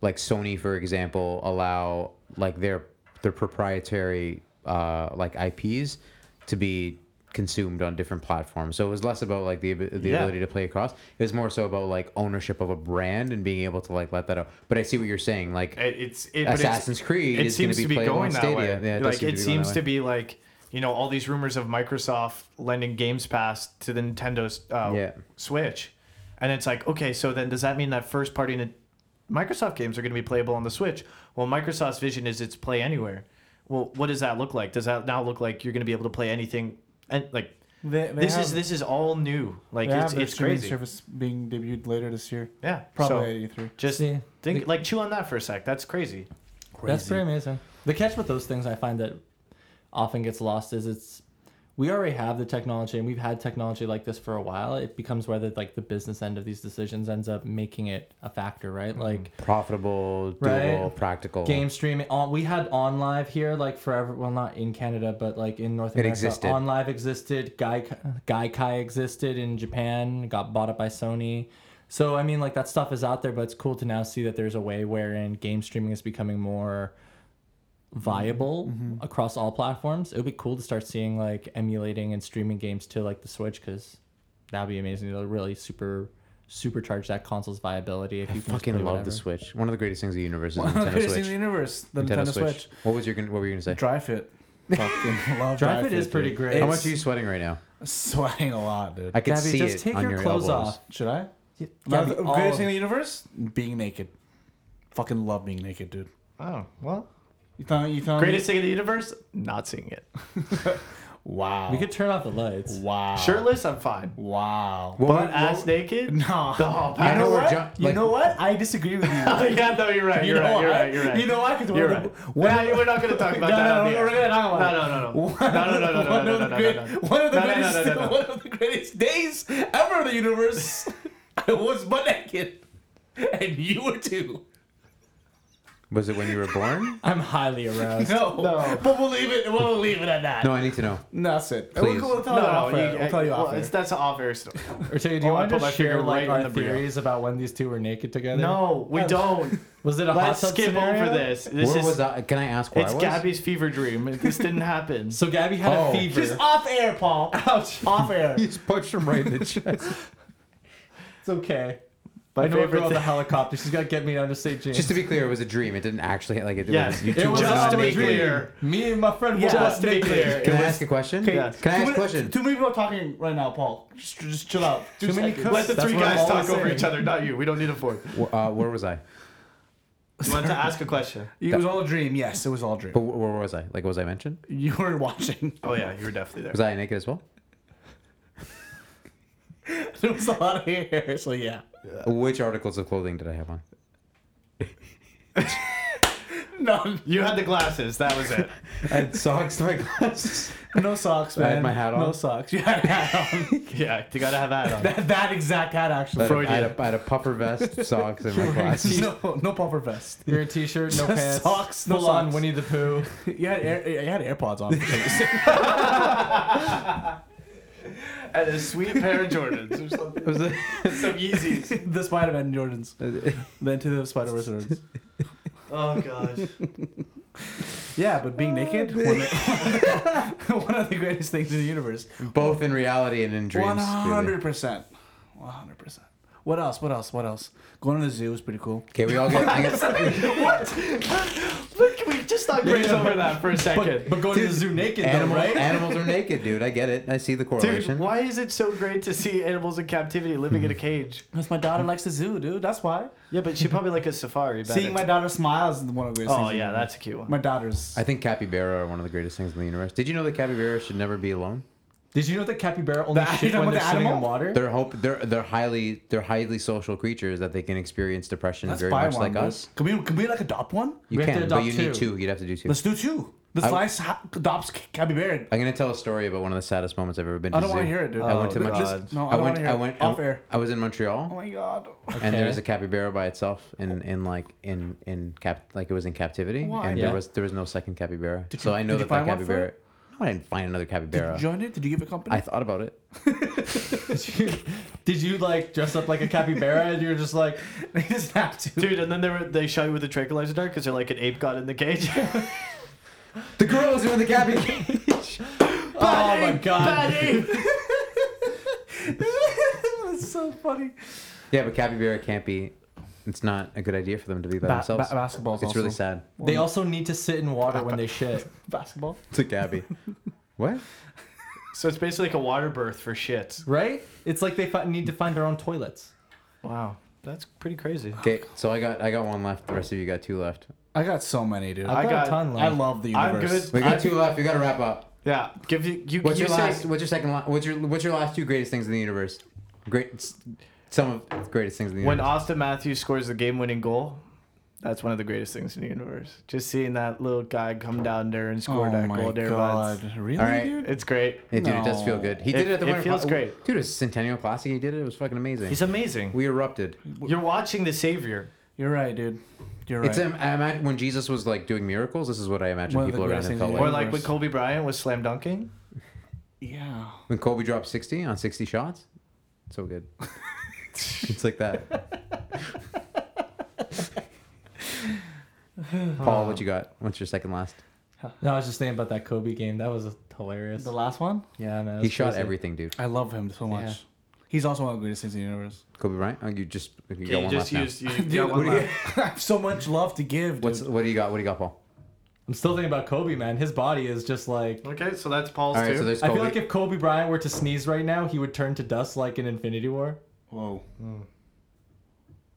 Speaker 3: like sony for example allow like their their proprietary uh like ips to be consumed on different platforms so it was less about like the, abi- the
Speaker 2: Yeah.
Speaker 3: ability to play across it was more so about like ownership of a brand and being able to like let that out but i see what you're saying like
Speaker 2: It- it's it, but
Speaker 3: Assassin's
Speaker 2: it's,
Speaker 3: Creed
Speaker 2: It
Speaker 3: is gonna
Speaker 2: seems
Speaker 3: be
Speaker 2: to be
Speaker 3: playable
Speaker 2: going
Speaker 3: on
Speaker 2: that way.
Speaker 3: Stadia. Yeah, it does
Speaker 2: like
Speaker 3: seem to
Speaker 2: it
Speaker 3: be going
Speaker 2: seems
Speaker 3: that
Speaker 2: to
Speaker 3: way.
Speaker 2: be like you know all these rumors of Microsoft lending Games Pass to the Nintendo's uh,
Speaker 3: Yeah.
Speaker 2: Switch, and it's like okay, so then does that mean that first party Nin- Microsoft games are going to be playable on the Switch? Well, Microsoft's vision is it's play anywhere. Well, what does that look like? Does that now look like you're going to be able to play anything? And like
Speaker 1: They, they
Speaker 2: this
Speaker 1: have,
Speaker 2: is this is all new. Like
Speaker 1: They
Speaker 2: it's,
Speaker 1: have their
Speaker 2: it's
Speaker 1: streaming
Speaker 2: crazy.
Speaker 1: service being debuted later this year.
Speaker 2: Yeah,
Speaker 1: Probably
Speaker 2: So
Speaker 1: at E3.
Speaker 2: just
Speaker 4: See,
Speaker 2: think like chew on that for a sec. That's crazy.
Speaker 4: That's pretty amazing. The catch with those things I find that often gets lost is it's we already have the technology and we've had technology like this for a while. It becomes whether like the business end of these decisions ends up making it a factor, right? Like
Speaker 3: Profitable,
Speaker 4: Right.
Speaker 3: doable, practical.
Speaker 4: game streaming on we had on live here like forever well not in canada but like in north america
Speaker 3: existed.
Speaker 4: on live existed Gai- gaikai existed in japan got bought up by sony so i mean like that stuff is out there but it's cool to now see that there's a way wherein game streaming is becoming more viable
Speaker 3: Mm-hmm.
Speaker 4: across all platforms it would be cool to start seeing like emulating and streaming games to like the switch because that'd be amazing it'll really super supercharge that console's viability if
Speaker 3: I
Speaker 4: you can just
Speaker 3: fucking
Speaker 4: play
Speaker 3: love
Speaker 4: whatever.
Speaker 3: the Switch. One of the greatest things in the universe is the
Speaker 1: One of the
Speaker 3: Nintendo
Speaker 1: greatest
Speaker 3: Switch.
Speaker 1: things in the universe, the
Speaker 3: Nintendo, Switch.
Speaker 1: Switch.
Speaker 3: What was your gonna- What were you gonna say?
Speaker 1: Dry fit. Fucking love dry,
Speaker 4: drive it
Speaker 1: fit,
Speaker 4: is pretty
Speaker 1: dude.
Speaker 4: great
Speaker 3: How much are you sweating right now?
Speaker 1: Sweating a lot, dude.
Speaker 3: I can
Speaker 4: Gabby,
Speaker 3: see
Speaker 4: just
Speaker 3: it
Speaker 4: take
Speaker 3: on
Speaker 4: your
Speaker 3: your,
Speaker 4: clothes
Speaker 3: elbows.
Speaker 4: off.
Speaker 1: Should I?
Speaker 4: Yeah,
Speaker 1: Love
Speaker 4: Gabby,
Speaker 1: the
Speaker 4: all
Speaker 1: greatest
Speaker 4: of-
Speaker 1: thing in the universe? Being naked. Fucking love being naked, dude.
Speaker 2: Oh well.
Speaker 1: You thought you thought
Speaker 2: Greatest thing in the universe? Not seeing it.
Speaker 1: Wow.
Speaker 4: we could turn off the lights.
Speaker 1: wow.
Speaker 2: Shirtless, I'm fine.
Speaker 1: Wow.
Speaker 3: What
Speaker 2: Butt
Speaker 3: would-
Speaker 2: ass
Speaker 3: what-
Speaker 2: naked?
Speaker 1: No.
Speaker 2: Oh,
Speaker 1: You
Speaker 3: I
Speaker 1: know
Speaker 3: know we're
Speaker 1: what?
Speaker 3: ju-
Speaker 1: you
Speaker 3: like-
Speaker 1: know what? I disagree with you.
Speaker 2: Oh, yeah, no, you're right. You're
Speaker 1: You know
Speaker 2: right. You're
Speaker 1: why?
Speaker 2: right. You're right.
Speaker 1: You know why? 'Cause one
Speaker 2: You're
Speaker 1: of the-
Speaker 2: right.
Speaker 1: one of
Speaker 2: No,
Speaker 1: the-
Speaker 2: we're not gonna talk about
Speaker 1: No,
Speaker 2: that.
Speaker 1: no,
Speaker 2: on
Speaker 1: no,
Speaker 2: the
Speaker 1: we're
Speaker 2: air.
Speaker 1: not gonna talk about
Speaker 2: No, no, no, no.
Speaker 1: One
Speaker 2: No, no, no, no, no,
Speaker 1: one
Speaker 2: no,
Speaker 1: of
Speaker 2: no,
Speaker 1: the
Speaker 2: no,
Speaker 1: great-
Speaker 2: no, no.
Speaker 1: One of the
Speaker 2: No, no, no,
Speaker 1: greatest,
Speaker 2: no, no, no.
Speaker 1: one of the greatest days ever in the universe. I was butt naked, and you were too.
Speaker 3: Was it when you were born?
Speaker 4: I'm highly aroused.
Speaker 1: No,
Speaker 2: No.
Speaker 1: but we'll leave it. We'll leave it at that.
Speaker 3: No, I need to know.
Speaker 1: That's it.
Speaker 3: Please.
Speaker 1: We'll, we'll tell
Speaker 2: No,
Speaker 1: you
Speaker 2: no,
Speaker 1: off. air.
Speaker 2: you-
Speaker 1: we'll tell you
Speaker 2: well,
Speaker 1: off. air.
Speaker 2: it's- That's an off air story.
Speaker 4: Or do you
Speaker 2: Oh, I
Speaker 4: want
Speaker 2: put
Speaker 4: to
Speaker 2: my
Speaker 4: just share
Speaker 2: finger
Speaker 4: like
Speaker 2: right
Speaker 4: our
Speaker 2: in the burrito.
Speaker 4: theories about when these two were naked together?
Speaker 2: No, we don't.
Speaker 4: Was it a
Speaker 2: Let's
Speaker 4: hot tub
Speaker 2: skip
Speaker 4: scenario?
Speaker 2: over this. This
Speaker 3: where
Speaker 2: is
Speaker 3: was I? Can I ask where
Speaker 2: it's
Speaker 3: I was?
Speaker 2: Gabby's fever dream. This didn't happen.
Speaker 4: So Gabby had
Speaker 3: Oh.
Speaker 4: a fever.
Speaker 1: Just off air, Paul.
Speaker 4: Ouch.
Speaker 1: off air.
Speaker 3: You just punched him right in the chest.
Speaker 4: It's okay.
Speaker 2: My
Speaker 4: I know a
Speaker 2: favorite
Speaker 4: girl on the
Speaker 2: thing.
Speaker 4: helicopter. She's got to get me down to St. James.
Speaker 3: Just to be clear, it was a dream. It didn't actually like it.
Speaker 2: Yes,
Speaker 3: was, you
Speaker 2: it
Speaker 3: two
Speaker 4: it
Speaker 3: were
Speaker 4: was
Speaker 2: just
Speaker 3: not
Speaker 4: just
Speaker 2: to
Speaker 4: a
Speaker 2: be
Speaker 3: naked.
Speaker 4: dream.
Speaker 2: clear.
Speaker 4: Me and my friend
Speaker 2: Yeah,
Speaker 4: were just
Speaker 2: to be
Speaker 4: naked.
Speaker 2: clear.
Speaker 3: Can I ask a question?
Speaker 2: Okay. Yes.
Speaker 3: Can I
Speaker 1: Too
Speaker 3: ask a
Speaker 1: many-
Speaker 3: question?
Speaker 1: Too many people are talking right now, Paul. Just, just chill out.
Speaker 4: Too many
Speaker 1: Just-
Speaker 4: cooks.
Speaker 2: Let the
Speaker 4: That's
Speaker 2: three
Speaker 4: what I'm
Speaker 2: guys talk
Speaker 4: always
Speaker 2: over
Speaker 4: saying.
Speaker 2: each other, not you. We don't need a fourth.
Speaker 3: Wh- Uh, where was I?
Speaker 2: You wanted to ask a question.
Speaker 1: It was all a dream. Yes, it was all a dream.
Speaker 3: But wh- where was I? Like, was I mentioned?
Speaker 1: You were watching.
Speaker 2: Oh yeah, you were definitely
Speaker 3: Was
Speaker 2: there.
Speaker 3: I naked as well?
Speaker 1: There was a lot of hair, so yeah.
Speaker 3: Uh, Which articles of clothing did I have on?
Speaker 1: No,
Speaker 2: You had the glasses. That was it.
Speaker 3: I had socks to my glasses.
Speaker 1: no socks, man.
Speaker 3: I had my hat
Speaker 1: No
Speaker 3: on.
Speaker 1: socks. You had a hat on.
Speaker 2: Yeah, you gotta have that on.
Speaker 1: that, that exact hat,
Speaker 3: I
Speaker 1: actually.
Speaker 3: had, a, I, had a, I had a puffer vest, socks, and my glasses.
Speaker 1: No, no puffer vest.
Speaker 4: You're a t-shirt, no
Speaker 1: Just
Speaker 4: pants.
Speaker 1: socks, no
Speaker 4: full on
Speaker 1: socks.
Speaker 4: Winnie the Pooh.
Speaker 1: You had air, you had AirPods on. for some reason.
Speaker 2: and a sweet pair of Jordans or something.
Speaker 3: It was a-
Speaker 2: Some Yeezys.
Speaker 1: the Spider-Man Jordans. Then to the Spider-Verse Jordans.
Speaker 2: Oh gosh.
Speaker 1: Yeah, but being naked, one of, one of the greatest things in the universe.
Speaker 3: both in reality and in dreams.
Speaker 1: One
Speaker 3: really.
Speaker 1: hundred percent. One hundred percent. What else? What else? What else? Going to the zoo is pretty cool.
Speaker 3: Okay, we all get. I guess,
Speaker 2: what? Look, can we just not graze over that for a second?
Speaker 4: But, but going to the zoo naked,
Speaker 3: animal,
Speaker 4: though, right?
Speaker 3: Animals are naked, dude. I get it. I see the correlation.
Speaker 2: Dude, why is it so great to see animals in captivity living in a cage?
Speaker 1: Because my daughter likes the zoo, dude. That's why.
Speaker 2: Yeah, but she probably like a safari. Better.
Speaker 1: Seeing my daughter smile is one of the greatest
Speaker 2: Oh
Speaker 1: things. in
Speaker 2: yeah,
Speaker 1: the
Speaker 2: that's a cute
Speaker 1: universe.
Speaker 2: one.
Speaker 1: my daughter's.
Speaker 3: I think capybara are one of the greatest things in the universe. Did you know that capybara should never be alone?
Speaker 4: Did you know that capybara only
Speaker 1: The- you
Speaker 4: shit
Speaker 1: know
Speaker 4: when
Speaker 1: what
Speaker 4: they're
Speaker 1: the
Speaker 4: sitting in
Speaker 1: animal-
Speaker 4: water?
Speaker 3: They're hope they're they're highly they're highly social creatures that they can experience depression
Speaker 1: Let's
Speaker 3: very
Speaker 1: buy
Speaker 3: much
Speaker 1: one,
Speaker 3: like
Speaker 1: dude.
Speaker 3: us.
Speaker 1: Can we can we like adopt one?
Speaker 3: You
Speaker 4: We have to
Speaker 3: can, but
Speaker 4: adopt
Speaker 3: you need
Speaker 4: two.
Speaker 3: two. You'd have to do 2
Speaker 1: Let's do two. The
Speaker 3: I-
Speaker 1: slice ha- adopts c- capybara.
Speaker 3: I'm gonna tell a story about one of the saddest moments I've ever been. to
Speaker 1: I don't
Speaker 3: the
Speaker 1: want to
Speaker 3: zoo.
Speaker 1: hear it, dude.
Speaker 3: I went to
Speaker 2: Oh,
Speaker 3: my.
Speaker 2: God.
Speaker 1: Just, no,
Speaker 3: I
Speaker 1: I, don't
Speaker 3: went.
Speaker 1: want to hear
Speaker 3: I went
Speaker 1: it. Off air.
Speaker 3: I was in
Speaker 1: Oh
Speaker 3: Montreal,
Speaker 1: my god.
Speaker 3: and there
Speaker 4: Okay.
Speaker 3: was a capybara by itself, in, in like in in cap like it was in captivity,
Speaker 1: Why?
Speaker 3: and
Speaker 4: Yeah.
Speaker 3: there was there was no second capybara. so I know
Speaker 1: did you
Speaker 3: that my
Speaker 1: find one for
Speaker 3: capybara. No, I didn't find another capybara.
Speaker 1: Did you join it? Did you give it company?
Speaker 3: I thought about it.
Speaker 4: Did you, did you like dress up like a capybara and you're just like,
Speaker 1: They just have to.
Speaker 2: Dude, and then they were, they shot you with a tranquilizer dart because they're like an ape got in the cage.
Speaker 3: The girls are in the capybara.
Speaker 4: oh my god,
Speaker 1: That's so funny.
Speaker 3: yeah, but capybara can't be. It's not a good idea for them to be by
Speaker 1: Ba-
Speaker 3: themselves.
Speaker 1: ba- basketball's
Speaker 3: it's really
Speaker 1: also-
Speaker 3: sad.
Speaker 4: they also need to sit in water when they shit.
Speaker 1: Basketball.
Speaker 3: To Gabby. what?
Speaker 2: so it's basically like a water birth for shit.
Speaker 4: Right? It's like they fi- need to find their own toilets.
Speaker 2: Wow, that's pretty crazy.
Speaker 3: Okay, so I got I got one left. The rest of you got two left.
Speaker 1: I got so many, dude.
Speaker 4: I've
Speaker 2: I
Speaker 4: got,
Speaker 2: got-
Speaker 4: a ton
Speaker 1: I
Speaker 4: left.
Speaker 1: love the
Speaker 2: I'm
Speaker 1: universe.
Speaker 2: good.
Speaker 3: We got two left. We got to wrap up.
Speaker 2: Yeah, give you you.
Speaker 3: What's
Speaker 2: you
Speaker 3: your
Speaker 2: say-
Speaker 3: last? What's your second? la- What's your What's your last two greatest things in the universe? Great. Some of the greatest things in the
Speaker 2: When
Speaker 3: universe.
Speaker 2: Austin Matthews scores the game-winning goal, That's one of the greatest things in the universe. Just seeing that little guy come down there and
Speaker 3: Oh
Speaker 2: score that goal there, buds.
Speaker 1: Really,
Speaker 3: All right.
Speaker 1: dude?
Speaker 2: It's great.
Speaker 3: Hey, dude, it does feel
Speaker 1: No.
Speaker 3: good. He
Speaker 2: It-
Speaker 3: did it at the
Speaker 2: it
Speaker 3: Winter
Speaker 2: feels
Speaker 3: Cla-
Speaker 2: great.
Speaker 3: Dude, it's Centennial Classic. He did it. It was fucking amazing.
Speaker 2: He's amazing.
Speaker 3: we erupted.
Speaker 2: You're watching the savior.
Speaker 1: You're right, dude. You're right.
Speaker 3: It's um, I ima- when Jesus was like doing miracles. This is what I imagine
Speaker 1: One of the
Speaker 3: people around
Speaker 1: greatest
Speaker 3: him felt
Speaker 1: things he
Speaker 3: like.
Speaker 1: did.
Speaker 2: Or like
Speaker 1: Universe.
Speaker 2: when Kobe Bryant was slam dunking.
Speaker 1: yeah.
Speaker 3: When Kobe dropped 60 on 60 shots, so good. it's like that. Paul, what you got? What's your second last?
Speaker 4: No, I was just thinking about that Kobe game. That was hilarious.
Speaker 1: The last one?
Speaker 4: Yeah, man.
Speaker 3: He shot everything, dude.
Speaker 1: I love him so much.
Speaker 4: Yeah.
Speaker 1: He's also one of the greatest things in the universe.
Speaker 3: Kobe Bryant? Oh, you just you got
Speaker 2: you
Speaker 3: one
Speaker 2: just
Speaker 3: last
Speaker 2: used. You, you
Speaker 1: Dude,
Speaker 2: got one
Speaker 1: what do you-
Speaker 2: left.
Speaker 1: I have so much love to give,
Speaker 3: now.
Speaker 1: dude.
Speaker 3: What's what do you got? What do you got, Paul?
Speaker 4: I'm still thinking about Kobe, man. His body is just like.
Speaker 2: Okay, so that's Paul's
Speaker 3: All right,
Speaker 2: two.
Speaker 3: so there's
Speaker 4: I
Speaker 3: Kobe.
Speaker 4: feel like if Kobe Bryant were to sneeze right now, he would turn to dust like in Infinity War.
Speaker 1: Whoa. Hmm.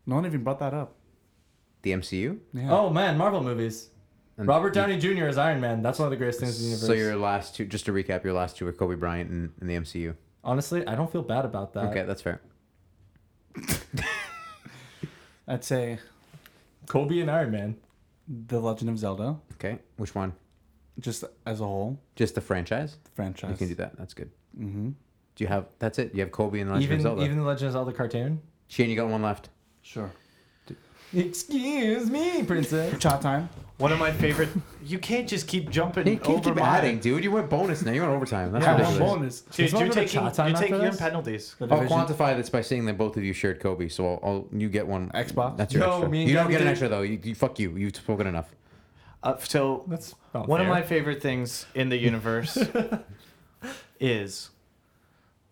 Speaker 1: No one even brought that up.
Speaker 3: the MCU.
Speaker 1: Yeah.
Speaker 4: Oh man, Marvel movies.
Speaker 3: And
Speaker 4: Robert Downey Jr. is Iron Man. That's one of the greatest things in the universe.
Speaker 3: So your last two, just to recap, your last two are Kobe Bryant and, and the MCU.
Speaker 4: Honestly, I don't feel bad about that.
Speaker 3: Okay, that's fair.
Speaker 1: I'd say
Speaker 4: Kobe and Iron Man.
Speaker 1: The Legend of Zelda,
Speaker 3: Okay, which one?
Speaker 1: just as a whole
Speaker 3: Just the franchise.
Speaker 1: franchise.
Speaker 3: You can do that. That's good.
Speaker 1: Mm-hmm.
Speaker 3: Do you have? That's it. You have Kobe and the Legend
Speaker 4: even
Speaker 3: of Zelda.
Speaker 4: even the Legend of Zelda cartoon.
Speaker 3: Shane, you got one left.
Speaker 1: Sure.
Speaker 4: Excuse me, princess.
Speaker 1: Chat time.
Speaker 2: One of my favorite. You can't just keep jumping
Speaker 3: You can't
Speaker 2: over
Speaker 3: keep
Speaker 2: mine.
Speaker 3: adding, dude. You went bonus now. You went overtime. That's
Speaker 1: Yeah, one
Speaker 3: ridiculous.
Speaker 1: bonus. Oh,
Speaker 2: Dude,
Speaker 4: Is one
Speaker 2: you're
Speaker 4: of them a
Speaker 2: taking,
Speaker 4: shot time
Speaker 2: you're
Speaker 4: after
Speaker 2: taking your
Speaker 4: this?
Speaker 2: penalties.
Speaker 1: The
Speaker 3: I'll
Speaker 1: division.
Speaker 3: quantify this by saying that both of you shared Kobe, so I'll, I'll you get one.
Speaker 1: Xbox?
Speaker 3: That's your
Speaker 4: No,
Speaker 3: extra.
Speaker 4: me and
Speaker 3: You don't
Speaker 4: Gabby
Speaker 3: get an
Speaker 4: did-
Speaker 3: extra though. You, you fuck you. You've spoken enough.
Speaker 2: Uh, so
Speaker 4: That's
Speaker 2: one
Speaker 4: not
Speaker 2: of
Speaker 4: fair.
Speaker 2: my favorite things in the universe is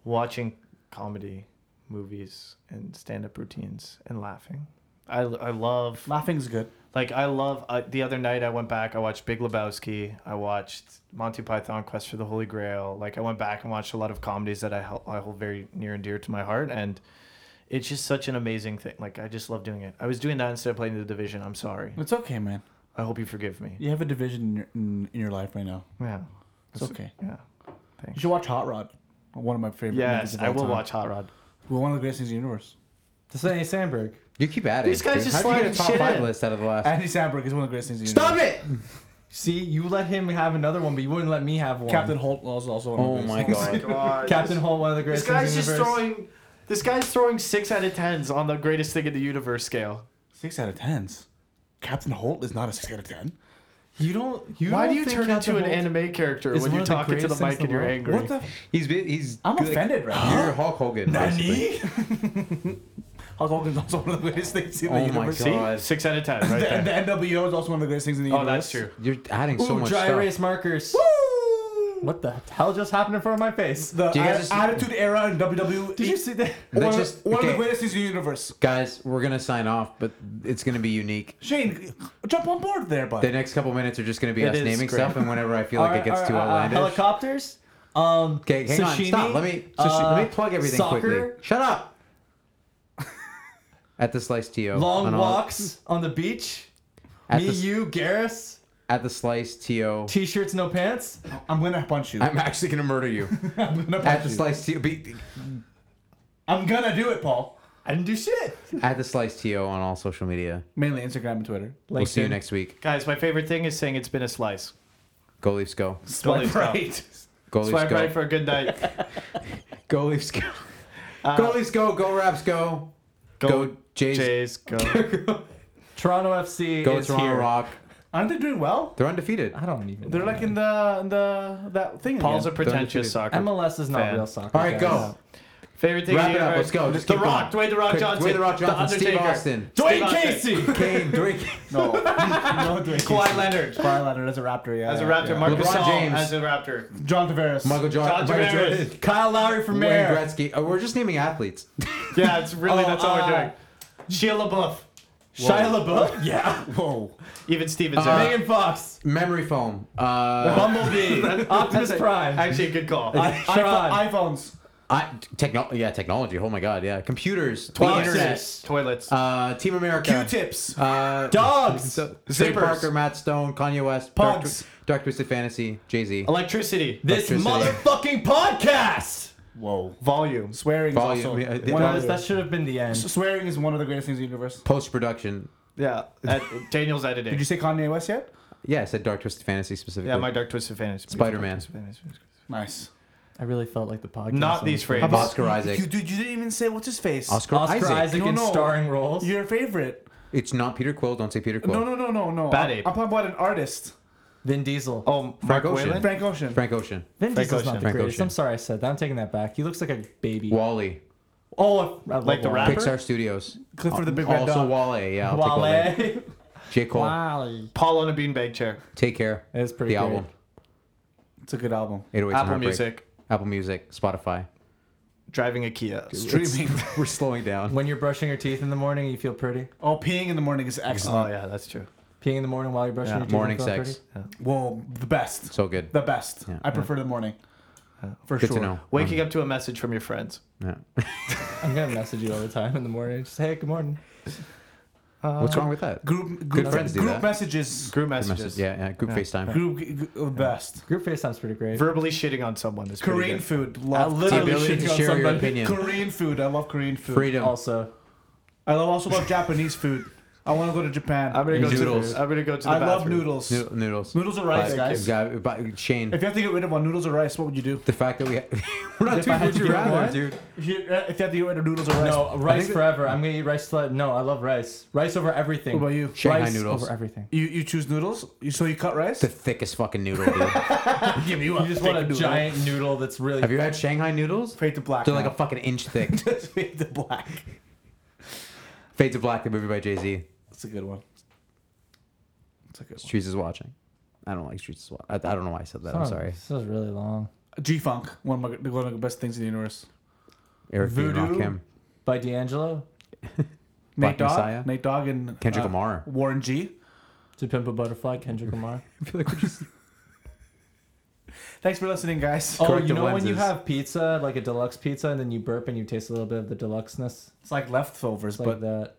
Speaker 2: watching comedy movies and stand-up routines and laughing. I, I love
Speaker 1: Laughing's good.
Speaker 2: like I love uh, the other night I went back I watched Big Lebowski I watched Monty Python Quest for the Holy Grail like I went back and watched a lot of comedies that I, hel- I hold very near and dear to my heart and it's just such an amazing thing like I just love doing it I was doing that instead of playing the division I'm sorry
Speaker 1: It's okay, man.
Speaker 2: I hope you forgive me
Speaker 1: You have a division in your, in, in your life right now.
Speaker 2: yeah
Speaker 1: It's okay.
Speaker 2: yeah
Speaker 1: You should watch Hot Rod. One of my favorite. movies
Speaker 2: yes
Speaker 1: of
Speaker 2: I
Speaker 1: all
Speaker 2: will
Speaker 1: time.
Speaker 2: watch Hot Rod
Speaker 1: Well, one of the greatest things in the universe.
Speaker 4: Just Andy Sandberg.
Speaker 3: You keep adding.
Speaker 2: These guys
Speaker 3: dude.
Speaker 2: just
Speaker 3: How'd you
Speaker 2: sliding
Speaker 3: get a top
Speaker 2: shit
Speaker 3: five
Speaker 2: in.
Speaker 3: list out of the last?
Speaker 1: Andy Samberg is one of the greatest things in the
Speaker 3: Stop
Speaker 1: universe.
Speaker 3: it!
Speaker 4: See, you let him have another one, but you wouldn't let me have one.
Speaker 1: Captain Holt was also one of the
Speaker 3: Oh
Speaker 1: greatest
Speaker 3: my
Speaker 1: things.
Speaker 3: god.
Speaker 2: God
Speaker 4: Captain Holt, one of the
Speaker 2: this
Speaker 4: greatest.
Speaker 2: guy's
Speaker 4: things
Speaker 2: just
Speaker 4: in the universe.
Speaker 2: throwing this guy's throwing six out of tens on the greatest thing in the universe scale
Speaker 1: Six out of tens. Captain Holt is not a six out of ten.
Speaker 4: You don't. You
Speaker 2: Why do
Speaker 4: don't
Speaker 2: you
Speaker 4: think
Speaker 2: turn
Speaker 4: Captain
Speaker 2: into an
Speaker 4: Holt-
Speaker 2: anime character
Speaker 4: is one
Speaker 2: when you're
Speaker 4: of the
Speaker 2: talking to the
Speaker 4: greatest things
Speaker 2: mic
Speaker 4: in the
Speaker 2: and you're
Speaker 4: world?
Speaker 2: angry?
Speaker 1: What the?
Speaker 3: He's been, he's.
Speaker 1: I'm
Speaker 3: good.
Speaker 1: offended right now.
Speaker 3: You're Hulk Hogan. basically.
Speaker 1: Hulk Hogan's also one of the greatest things in the
Speaker 3: Oh my
Speaker 1: universe.
Speaker 2: See,
Speaker 3: god.
Speaker 2: six out of ten, right
Speaker 1: The,
Speaker 2: there.
Speaker 1: the NWO is also one of the greatest things in the
Speaker 2: oh, that's
Speaker 1: universe.
Speaker 2: true.
Speaker 3: You're adding so
Speaker 4: Ooh,
Speaker 3: much
Speaker 4: dry
Speaker 3: stuff.
Speaker 4: erase markers.
Speaker 1: Woo!
Speaker 4: What the hell just happened in front of my face?
Speaker 1: The
Speaker 3: Do you guys
Speaker 1: Atti-
Speaker 3: just-
Speaker 1: Attitude Era and WWE.
Speaker 4: Did you see that?
Speaker 3: They
Speaker 1: E One, of-
Speaker 3: just-
Speaker 1: one of
Speaker 3: okay.
Speaker 1: the greatest things in the universe.
Speaker 3: Guys, we're gonna sign off, but it's gonna be unique.
Speaker 1: Shane, jump on board there, bud.
Speaker 3: The next couple minutes are just gonna be
Speaker 2: It
Speaker 3: us
Speaker 2: is
Speaker 3: naming
Speaker 2: great.
Speaker 3: stuff, and whenever I feel like
Speaker 4: Alright,
Speaker 3: it gets
Speaker 4: alright,
Speaker 3: too
Speaker 4: uh, uh,
Speaker 3: outlandish.
Speaker 4: helicopters. Um,
Speaker 3: okay, hang
Speaker 4: sashimi,
Speaker 3: on. Stop. Let me.
Speaker 4: uh,
Speaker 3: let me plug everything
Speaker 4: soccer,
Speaker 3: quickly. Shut up. At the slice to
Speaker 4: Long
Speaker 3: on all-
Speaker 4: walks on the beach.
Speaker 3: at
Speaker 4: Me,
Speaker 3: the,
Speaker 4: you, Garrus.
Speaker 3: at the slice to.
Speaker 4: T-shirts, no pants.
Speaker 1: I'm gonna punch you.
Speaker 3: I'm actually gonna murder you.
Speaker 1: I'm gonna
Speaker 3: at
Speaker 1: punch
Speaker 3: the
Speaker 1: you.
Speaker 3: slice to. Be,
Speaker 1: I'm gonna do it, Paul.
Speaker 4: I didn't do shit.
Speaker 3: at the slice to on all social media.
Speaker 1: Mainly Instagram and Twitter.
Speaker 3: We'll see you
Speaker 4: LinkedIn.
Speaker 3: next week.
Speaker 2: Guys, my favorite thing is saying it's been a slice.
Speaker 3: Go Leafs, go.
Speaker 2: Swipe
Speaker 1: right.
Speaker 2: Go.
Speaker 3: Go Leafs,
Speaker 2: Swipe
Speaker 3: go.
Speaker 2: right for a good night.
Speaker 3: Go Leafs, go.
Speaker 2: Uh,
Speaker 3: go Leafs, go. Go Raps, go. Go, Jays.
Speaker 2: Jays. Go.
Speaker 4: Toronto FC
Speaker 3: Go
Speaker 4: is
Speaker 3: Toronto
Speaker 4: here.
Speaker 3: Rock.
Speaker 1: Aren't they doing well?
Speaker 3: They're undefeated.
Speaker 4: I don't even.
Speaker 1: They're
Speaker 4: know.
Speaker 1: like in the in the that thing.
Speaker 2: Paul's a
Speaker 1: again.
Speaker 2: pretentious soccer.
Speaker 4: MLS is not
Speaker 2: Fan.
Speaker 4: real soccer.
Speaker 3: All right,
Speaker 4: guys.
Speaker 3: go.
Speaker 2: favorite thing
Speaker 3: Wrap
Speaker 2: in
Speaker 3: it
Speaker 2: the
Speaker 3: up.
Speaker 2: universe.
Speaker 3: Let's go. Just
Speaker 2: the
Speaker 3: keep
Speaker 2: Rock.
Speaker 3: going.
Speaker 2: Dwayne the Rock
Speaker 3: Quick,
Speaker 2: Johnson.
Speaker 3: Dwayne The Rock Johnson. Steve
Speaker 2: Undertaker.
Speaker 3: Austin.
Speaker 4: Dwayne
Speaker 2: Austin.
Speaker 4: Casey.
Speaker 3: Kane, Drake,
Speaker 1: no. no doing
Speaker 2: Kawhi Leonard.
Speaker 1: Kawhi Leonard as a Raptor. Yeah.
Speaker 2: As a
Speaker 1: yeah,
Speaker 2: Raptor.
Speaker 1: yeah.
Speaker 2: Marc
Speaker 3: LeBron
Speaker 2: Gasol
Speaker 3: James.
Speaker 2: as a Raptor.
Speaker 1: John Tavares.
Speaker 3: Michael Jo-
Speaker 2: John
Speaker 3: Michael Jordan,
Speaker 2: Tavares.
Speaker 4: Kyle Lowry for
Speaker 3: Wayne
Speaker 4: mayor.
Speaker 3: Gretzky. Oh, we're just naming athletes.
Speaker 2: Yeah, it's really,
Speaker 4: Oh,
Speaker 2: that's all we're
Speaker 4: uh,
Speaker 2: doing.
Speaker 3: Oh,
Speaker 2: Sheila LaBeouf.
Speaker 4: Shia LaBeouf. Yeah.
Speaker 1: Whoa.
Speaker 2: Even Steven
Speaker 3: Uh,
Speaker 2: Zerbe.
Speaker 4: Megan Fox.
Speaker 3: Memory foam. Uh,
Speaker 4: Bumblebee. Optimus Prime.
Speaker 2: Actually, a good call.
Speaker 4: Tron.
Speaker 1: iPhone, iPhones.
Speaker 3: I, techno- yeah, technology. Oh my God. Yeah, computers.
Speaker 4: Boxes.
Speaker 3: The internet.
Speaker 2: Toilets.
Speaker 3: Uh, Team America.
Speaker 1: Q-tips.
Speaker 3: Uh,
Speaker 4: Dogs.
Speaker 3: So, Trey
Speaker 2: Zippers.
Speaker 3: Parker, Matt Stone, Kanye West, Dark,
Speaker 1: Pugs.
Speaker 3: Twi- Dark Twisted Fantasy, Jay Z.
Speaker 2: Electricity.
Speaker 4: This
Speaker 3: Electricity.
Speaker 4: motherfucking podcast.
Speaker 1: Whoa.
Speaker 2: Volume.
Speaker 1: Swearing
Speaker 3: Volume,
Speaker 1: is also
Speaker 3: yeah,
Speaker 1: one
Speaker 3: yeah.
Speaker 1: of
Speaker 4: That
Speaker 1: the,
Speaker 4: should have been the end.
Speaker 1: swearing is one of the greatest things in the universe.
Speaker 3: Post production.
Speaker 2: Yeah, at- Daniel's editing.
Speaker 1: Did you say Kanye West yet?
Speaker 3: Yeah, I said Dark Twisted Fantasy specifically.
Speaker 2: yeah, my dark twisted fantasy.
Speaker 3: Spider-Man.
Speaker 2: Dark Twisted Fantasy.
Speaker 1: Nice.
Speaker 4: I really felt like the podcast.
Speaker 2: Not
Speaker 4: on
Speaker 2: these
Speaker 4: this
Speaker 2: phrases.
Speaker 4: one.
Speaker 3: Oscar Isaac.
Speaker 1: You, dude, you didn't even say what's his face.
Speaker 3: Oscar,
Speaker 4: Oscar
Speaker 3: Isaac.
Speaker 4: Isaac,
Speaker 1: No,
Speaker 4: in
Speaker 1: no.
Speaker 4: starring roles.
Speaker 1: Your favorite.
Speaker 3: It's not Peter Quill. Don't say Peter Quill.
Speaker 1: No, no, no, no, no.
Speaker 2: Bad
Speaker 1: I'm,
Speaker 2: Ape.
Speaker 1: I'm talking about an artist.
Speaker 4: Vin Diesel.
Speaker 2: Oh, Mark
Speaker 3: Frank Ocean.
Speaker 2: Whalen.
Speaker 1: Frank Ocean.
Speaker 3: Frank Ocean.
Speaker 4: Vin
Speaker 2: Frank
Speaker 4: Diesel's
Speaker 2: Ocean.
Speaker 4: not the
Speaker 3: Frank
Speaker 4: greatest.
Speaker 3: Ocean.
Speaker 4: I'm sorry I said that. I'm taking that back. He looks like a baby.
Speaker 3: Wally.
Speaker 4: oh, I love
Speaker 2: Like the
Speaker 4: Wally.
Speaker 2: rapper?
Speaker 3: Pixar Studios. Uh,
Speaker 1: Clifford the Big Red
Speaker 3: Also
Speaker 1: Dog.
Speaker 3: Wale. Yeah, I'll take Wale.
Speaker 4: Wale.
Speaker 3: J. Cole.
Speaker 4: Wally.
Speaker 2: Paul on a beanbag chair.
Speaker 3: Take care.
Speaker 4: It's pretty
Speaker 3: the
Speaker 4: great.
Speaker 3: album.
Speaker 1: It's a good album.
Speaker 3: 808s and
Speaker 2: Apple
Speaker 3: Heartbreak.
Speaker 2: Music.
Speaker 3: Apple Music. Spotify.
Speaker 2: Driving a Kia.
Speaker 3: Streaming. We're slowing down.
Speaker 4: When you're brushing your teeth in the morning, you feel pretty.
Speaker 1: Oh, peeing in the morning is
Speaker 2: Oh
Speaker 1: excellent.
Speaker 2: yeah, that's true.
Speaker 4: Peeing in the morning while you're brushing
Speaker 2: Yeah.
Speaker 4: your teeth.
Speaker 3: Morning
Speaker 4: you feel
Speaker 3: sex.
Speaker 4: pretty.
Speaker 1: Whoa, the best.
Speaker 3: So good.
Speaker 1: The best.
Speaker 3: Yeah. Uh,
Speaker 1: I prefer the morning. For
Speaker 3: Good
Speaker 1: sure.
Speaker 3: to know.
Speaker 2: Waking up to a message from your friends.
Speaker 3: Yeah.
Speaker 4: I'm gonna message you all the time in the morning. Just hey, good morning. Uh,
Speaker 3: Um, What's wrong with that?
Speaker 1: Group, group
Speaker 3: friends do
Speaker 1: group
Speaker 3: that.
Speaker 1: messages.
Speaker 2: Group
Speaker 3: Message-
Speaker 2: messages.
Speaker 3: Yeah, yeah. Group FaceTime.
Speaker 1: Group, group best.
Speaker 4: Group FaceTime's pretty great.
Speaker 2: Verbally shitting on someone. Is pretty
Speaker 1: Korean
Speaker 2: good.
Speaker 1: food.
Speaker 4: I
Speaker 1: Love
Speaker 3: The
Speaker 4: literally
Speaker 3: ability
Speaker 4: should
Speaker 3: to
Speaker 4: go on
Speaker 3: share your
Speaker 4: somebody.
Speaker 3: opinion.
Speaker 1: Korean food. I love Korean food.
Speaker 3: Freedom.
Speaker 4: Also,
Speaker 1: I love, also love Japanese food. I want to go to Japan.
Speaker 2: I'm gonna go
Speaker 3: Noodles.
Speaker 2: to. The, I'm gonna go to the
Speaker 1: I love
Speaker 2: bathroom.
Speaker 1: noodles.
Speaker 3: Noodle- Noodles.
Speaker 1: Noodles or rice,
Speaker 3: But-
Speaker 1: guys.
Speaker 3: Yeah, but Shane,
Speaker 1: If you have to get rid of one, noodles or rice, what would you do?
Speaker 3: the fact that we we're not
Speaker 4: If I
Speaker 3: too
Speaker 4: had
Speaker 3: would
Speaker 4: to
Speaker 3: you
Speaker 4: do
Speaker 3: rather,
Speaker 4: one?
Speaker 3: dude.
Speaker 1: If you uh, if you have to get rid of noodles or rice,
Speaker 4: no rice forever. I'm gonna eat rice. till I- No, I love rice. Rice over everything.
Speaker 1: what about you?
Speaker 3: Shanghai
Speaker 4: rice
Speaker 3: noodles.
Speaker 4: over everything.
Speaker 1: You you choose noodles. You, so you cut rice.
Speaker 3: The thickest fucking noodle, dude.
Speaker 1: Give you
Speaker 4: You just want a giant noodle that's really.
Speaker 3: Have you had Shanghai noodles?
Speaker 1: Fade to black.
Speaker 3: They're like
Speaker 1: now.
Speaker 3: a fucking inch thick.
Speaker 1: Just fade to black.
Speaker 3: Fade to Black, the movie by Jay Z.
Speaker 1: That's a good one. That's a good one.
Speaker 3: Streets is watching. I don't like Streets is watching. I, I don't know why I said that. I'm
Speaker 4: Oh,
Speaker 3: sorry.
Speaker 4: This is really long.
Speaker 1: G Funk, one of my one of the best things in the universe.
Speaker 3: Eric B. and
Speaker 1: Voodoo.
Speaker 3: Rakim,
Speaker 4: By D'Angelo
Speaker 3: Black
Speaker 1: Nate Dogg,
Speaker 3: Messiah.
Speaker 1: Nate Dogg, and
Speaker 3: Kendrick
Speaker 1: uh,
Speaker 3: Lamar.
Speaker 1: Warren G.
Speaker 4: to Pimp a Butterfly, Kendrick Lamar.
Speaker 3: I feel like we're just
Speaker 1: Thanks for listening, guys.
Speaker 4: oh,
Speaker 3: Corrective
Speaker 4: you know when you
Speaker 3: lenses.
Speaker 4: have pizza, like a deluxe pizza, and then you burp and you taste a little bit of the deluxeness.
Speaker 1: It's like leftovers,
Speaker 4: It's like
Speaker 1: but
Speaker 4: that.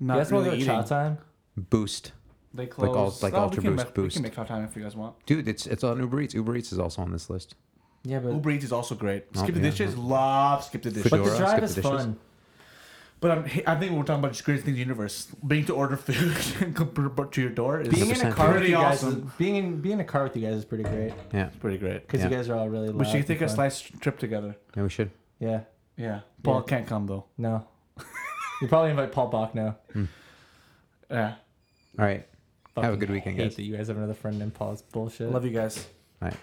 Speaker 1: not
Speaker 4: you guys want
Speaker 1: really
Speaker 4: to go
Speaker 1: eating.
Speaker 4: chow time?
Speaker 3: boost,
Speaker 1: They close.
Speaker 3: all- like
Speaker 1: we
Speaker 3: Ultra
Speaker 1: can
Speaker 3: Boost,
Speaker 1: make- We
Speaker 3: Boost.
Speaker 1: can make hot time if you guys want.
Speaker 3: dude. It's it's on Uber Eats. Uber Eats is also on this list.
Speaker 4: Yeah, but
Speaker 1: Uber Eats is also great.
Speaker 3: Oh,
Speaker 1: Skip the
Speaker 3: yeah.
Speaker 1: dishes. Love skip the dishes.
Speaker 4: but
Speaker 3: Fedora,
Speaker 4: the
Speaker 3: skip
Speaker 4: drive
Speaker 3: the
Speaker 4: is
Speaker 3: dishes.
Speaker 4: fun.
Speaker 1: But I'm, I think we're talking about just greatest things in the universe. Being to order food and come br- to your door is
Speaker 4: Being in a
Speaker 3: 100%.
Speaker 4: car with
Speaker 1: Pretty
Speaker 4: you guys, is,
Speaker 1: awesome.
Speaker 4: being in being in a car with you guys is pretty great
Speaker 3: Yeah,
Speaker 1: pretty great.
Speaker 4: because
Speaker 3: Yeah.
Speaker 4: you guys are all really.
Speaker 1: We
Speaker 4: loud
Speaker 1: should take
Speaker 4: and
Speaker 1: a
Speaker 4: fun.
Speaker 1: slice trip together.
Speaker 3: yeah, we should.
Speaker 4: Yeah.
Speaker 1: Yeah. Paul
Speaker 4: Yeah.
Speaker 1: can't come though.
Speaker 4: No. you probably invite Paul Bach now.
Speaker 1: Yeah.
Speaker 3: All right, Have a good
Speaker 4: Fucking
Speaker 3: weekend,
Speaker 4: hate
Speaker 3: guys.
Speaker 4: that you guys have another friend named Paul. It's bullshit.
Speaker 1: Love you guys.
Speaker 3: all right.